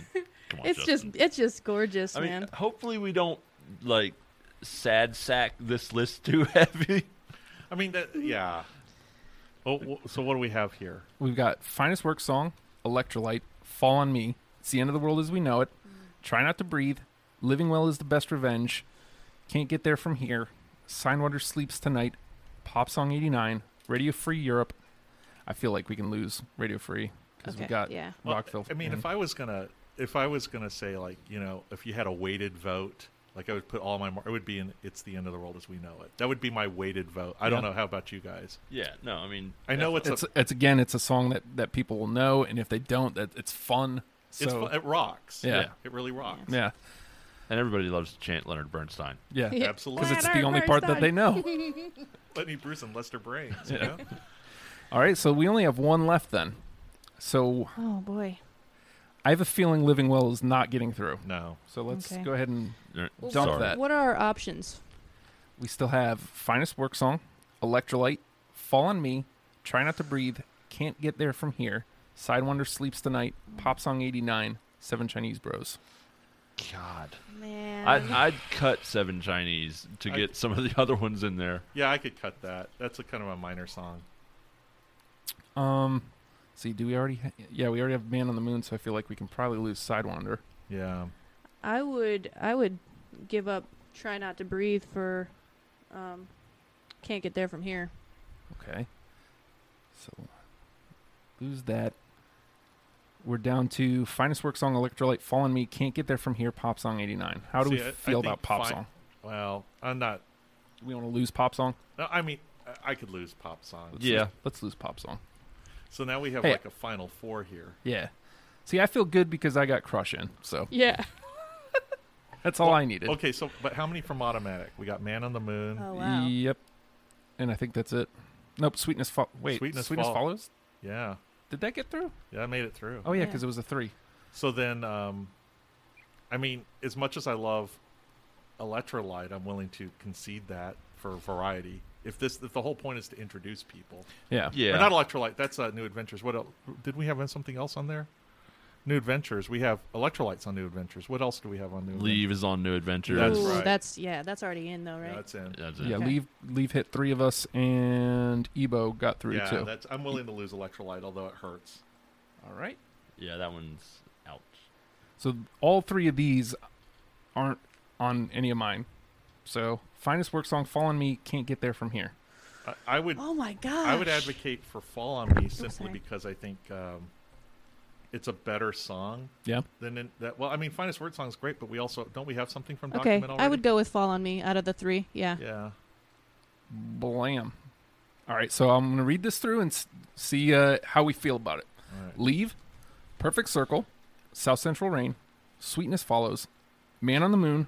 Speaker 4: come on,
Speaker 3: it's
Speaker 4: Justin.
Speaker 3: just it's just gorgeous,
Speaker 4: I mean,
Speaker 3: man.
Speaker 1: uh,
Speaker 4: hopefully we don't like sad sack this list too heavy.
Speaker 2: I mean, that, yeah. Oh, wh- so what do we have here?
Speaker 1: We've got finest work song, electrolyte, fall on me. It's the end of the world as we know it. Try not to breathe. Living well is the best revenge. Can't get there from here. Signwater sleeps tonight. Pop song eighty nine. Radio Free Europe. I feel like we can lose Radio Free because we
Speaker 3: Okay,
Speaker 1: got
Speaker 3: yeah.
Speaker 2: Well,
Speaker 1: Rockville.
Speaker 2: I mean, if I was gonna, if I was gonna say like, you know, if you had a weighted vote, like I would put all my, mar- it would be in "It's the End of the World as We Know It." That would be my weighted vote. I don't
Speaker 1: Yeah.
Speaker 2: know. How about you guys?
Speaker 4: Yeah, no, I mean
Speaker 2: I know it's,
Speaker 1: it's
Speaker 2: a,
Speaker 1: it's again, it's a song that that people will know, and if they don't, that it's fun. So
Speaker 2: it's fu- it rocks.
Speaker 1: Yeah.
Speaker 2: it really rocks.
Speaker 1: yeah,
Speaker 4: and everybody loves to chant Leonard Bernstein.
Speaker 1: yeah,
Speaker 3: Yeah.
Speaker 2: Absolutely.
Speaker 1: because it's the only part that they know.
Speaker 2: Lenny Bruce and Lester Brains. you
Speaker 1: Yeah.
Speaker 2: know?
Speaker 1: All right, so we only have one left then. So
Speaker 3: Oh boy.
Speaker 1: I have a feeling Living Well is not getting through.
Speaker 2: No.
Speaker 1: So let's
Speaker 3: Okay.
Speaker 1: go ahead and
Speaker 4: Er,
Speaker 1: Well,
Speaker 4: sorry.
Speaker 1: dump that.
Speaker 3: What are our options?
Speaker 1: we still have Finest Work Song, Electrolyte, Fall on Me, Try Not to Breathe, Can't Get There From Here, Sidewinder Sleeps Tonight, Pop Song 89, Seven Chinese Bros.
Speaker 4: God,
Speaker 3: Man.
Speaker 4: I'd, I'd cut seven Chinese to
Speaker 2: I-
Speaker 4: get some of the other ones in there.
Speaker 2: Yeah, I could cut that. That's a kind of a minor song.
Speaker 1: Um, see, do we already? Ha- yeah, we already have Man on the Moon, so I feel like we can probably lose Sidewinder.
Speaker 2: Yeah.
Speaker 3: I would I would give up try not to breathe for um can't get there from here.
Speaker 1: Okay. So lose that. We're down to finest work song electrolyte fall on me can't get there from here pop song 89. How do
Speaker 2: See,
Speaker 1: we
Speaker 2: I- I
Speaker 1: feel
Speaker 2: think
Speaker 1: about pop
Speaker 2: fi-
Speaker 1: song?
Speaker 2: Well, I'm not.
Speaker 1: Do we want to lose pop song?
Speaker 2: No, I mean, I- I could lose pop songs.
Speaker 4: Yeah.
Speaker 1: Let's lose pop song.
Speaker 2: So now we have
Speaker 1: Hey.
Speaker 2: like a final four here.
Speaker 1: Yeah. See, I feel good because I got crush in. So
Speaker 3: Yeah.
Speaker 1: that's all I needed.
Speaker 2: Okay, so but how many from Automatic? We got Man on the Moon.
Speaker 3: Oh wow.
Speaker 1: Yep. And I think that's it. Nope. Sweetness. Fo- wait.
Speaker 2: Sweetness
Speaker 1: Sweetness,
Speaker 2: Fall-
Speaker 1: follows.
Speaker 2: Yeah,
Speaker 1: Did that get through?
Speaker 2: yeah, I made it through.
Speaker 1: Oh yeah,
Speaker 3: Yeah.
Speaker 1: because it was a three.
Speaker 2: So then, um, I mean, as much as I love Electrolyte, I'm willing to concede that for variety. If this, if the whole point is to introduce people,
Speaker 1: Yeah.
Speaker 4: Yeah.
Speaker 2: Or not Electrolyte. That's uh, New Adventures. What else? did we have something else on there? New Adventures. We have Electrolytes on New Adventures. What else do we have on New
Speaker 4: Leave is on New Adventures.
Speaker 2: That's
Speaker 3: Ooh,
Speaker 2: right.
Speaker 3: That's yeah. That's already in though,
Speaker 2: Adventures? Yeah,
Speaker 3: right?
Speaker 2: that's in.
Speaker 4: That's it.
Speaker 1: Yeah.
Speaker 3: Okay.
Speaker 1: Leave. Leave hit three of us, and Ebo got through
Speaker 2: yeah,
Speaker 1: too.
Speaker 2: that's. I'm willing to lose Electrolyte, although it hurts.
Speaker 1: all right.
Speaker 4: Yeah, that one's out.
Speaker 1: So all three of these aren't on any of mine. So finest work song, fall on me. Can't get there from here.
Speaker 2: I, I would.
Speaker 3: Oh my god.
Speaker 2: I would advocate for Fall on Me simply
Speaker 3: sorry.
Speaker 2: because I think um, it's a better song
Speaker 1: Yeah.
Speaker 2: than in that. Well, I mean, Finest Word song is great, but we also don't we have something from
Speaker 3: Okay,
Speaker 2: Document already?
Speaker 3: I would go with "Fall on Me" out of the three. Yeah.
Speaker 2: Yeah,
Speaker 1: Blam. All right. So I'm gonna read this through and s- see uh, how we feel about it.
Speaker 2: all right.
Speaker 1: Leave, Perfect Circle, South Central Rain, Sweetness Follows, Man on the Moon,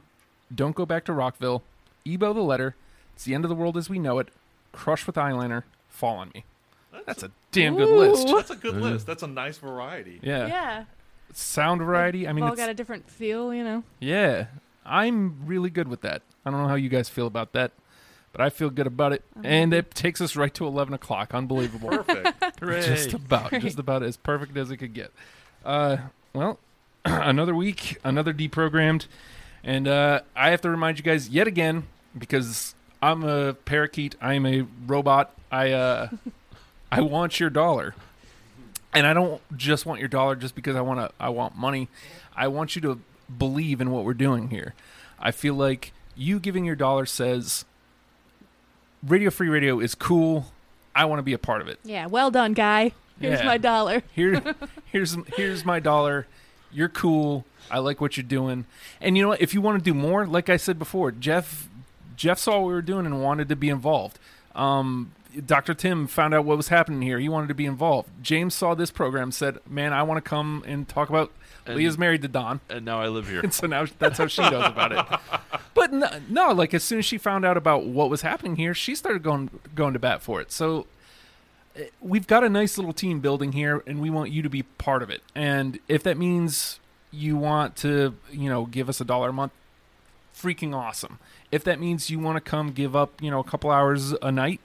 Speaker 1: Don't Go Back to Rockville, Ebo the Letter, It's the End of the World as We Know It, Crush with Eyeliner, Fall on Me. That's a damn good list.
Speaker 3: Ooh.
Speaker 2: that's a good list. That's a nice variety.
Speaker 1: Yeah.
Speaker 3: Yeah.
Speaker 1: Sound variety. I mean,
Speaker 3: all
Speaker 1: it's,
Speaker 3: got a different feel, you know.
Speaker 1: yeah. I'm really good with that. I don't know how you guys feel about that, but I feel good about it.
Speaker 3: Uh-huh.
Speaker 1: and it takes us right to 11 o'clock. Unbelievable.
Speaker 2: Perfect.
Speaker 1: just about just about as perfect as it could get uh, well another week another deprogrammed and uh, i have to remind you guys yet again because i'm a parakeet i am a robot i uh, i want your dollar and i don't just want your dollar just because i want to i want money i want you to believe in what we're doing here i feel like you giving your dollar says radio free radio is cool i want to be a part of it
Speaker 3: Yeah. Well done, guy. Here's
Speaker 1: Yeah.
Speaker 3: my dollar.
Speaker 1: here here's here's my dollar you're cool i like what you're doing and you know what if you want to do more like i said before jeff jeff saw what we were doing and wanted to be involved um Dr. Tim found out what was happening here. He wanted to be involved. James saw this program, said, "Man, I want to come and talk about."
Speaker 4: And-
Speaker 1: Leah's married to Don,
Speaker 4: And now I live here.
Speaker 1: and so now that's how she knows about it. But no, no, like as soon as she found out about what was happening here, she started going going to bat for it. So eh, we've got a nice little team building here, and we want you to be part of it. And if that means you want to, you know, give us a dollar a month, freaking awesome. If that means you want to come give up, you know, a couple hours a night,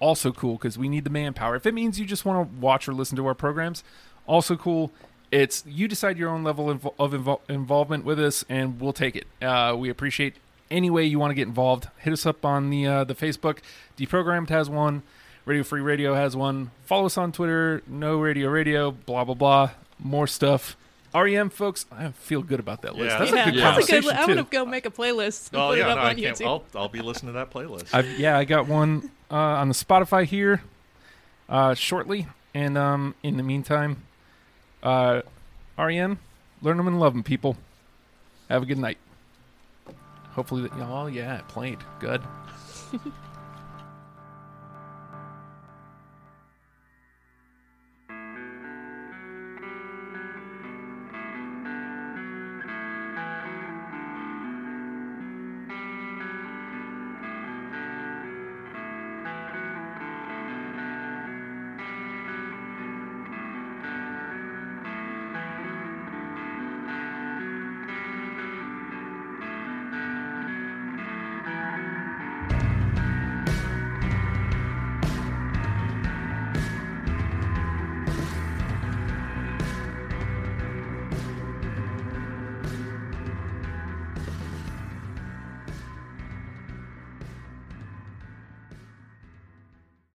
Speaker 1: also cool because we need the manpower. If it means you just want to watch or listen to our programs, also cool. It's you decide your own level invo- of invol involvement with us, and we'll take it. Uh, we appreciate any way you want to get involved. Hit us up on the uh, the Facebook. Deprogrammed has one. Radio Free Radio has one. Follow us on Twitter. No Radio Radio. Blah blah blah. More stuff. REM folks, I feel good about that list.
Speaker 2: Yeah.
Speaker 1: That's
Speaker 3: yeah.
Speaker 1: a good
Speaker 4: Yeah.
Speaker 3: That's a
Speaker 1: conversation
Speaker 3: good. li- I'm gonna
Speaker 1: too.
Speaker 3: go make a playlist and
Speaker 2: oh
Speaker 3: put it
Speaker 2: yeah,
Speaker 3: up
Speaker 2: no, I
Speaker 3: on
Speaker 2: can't.
Speaker 3: YouTube.
Speaker 2: I'll, I'll be listening to that playlist.
Speaker 1: I've, yeah, I got one uh, on the Spotify here uh, shortly. And um, in the meantime, uh, REM, learn them and love them, people. Have a good night. Hopefully, that, oh yeah, it played good.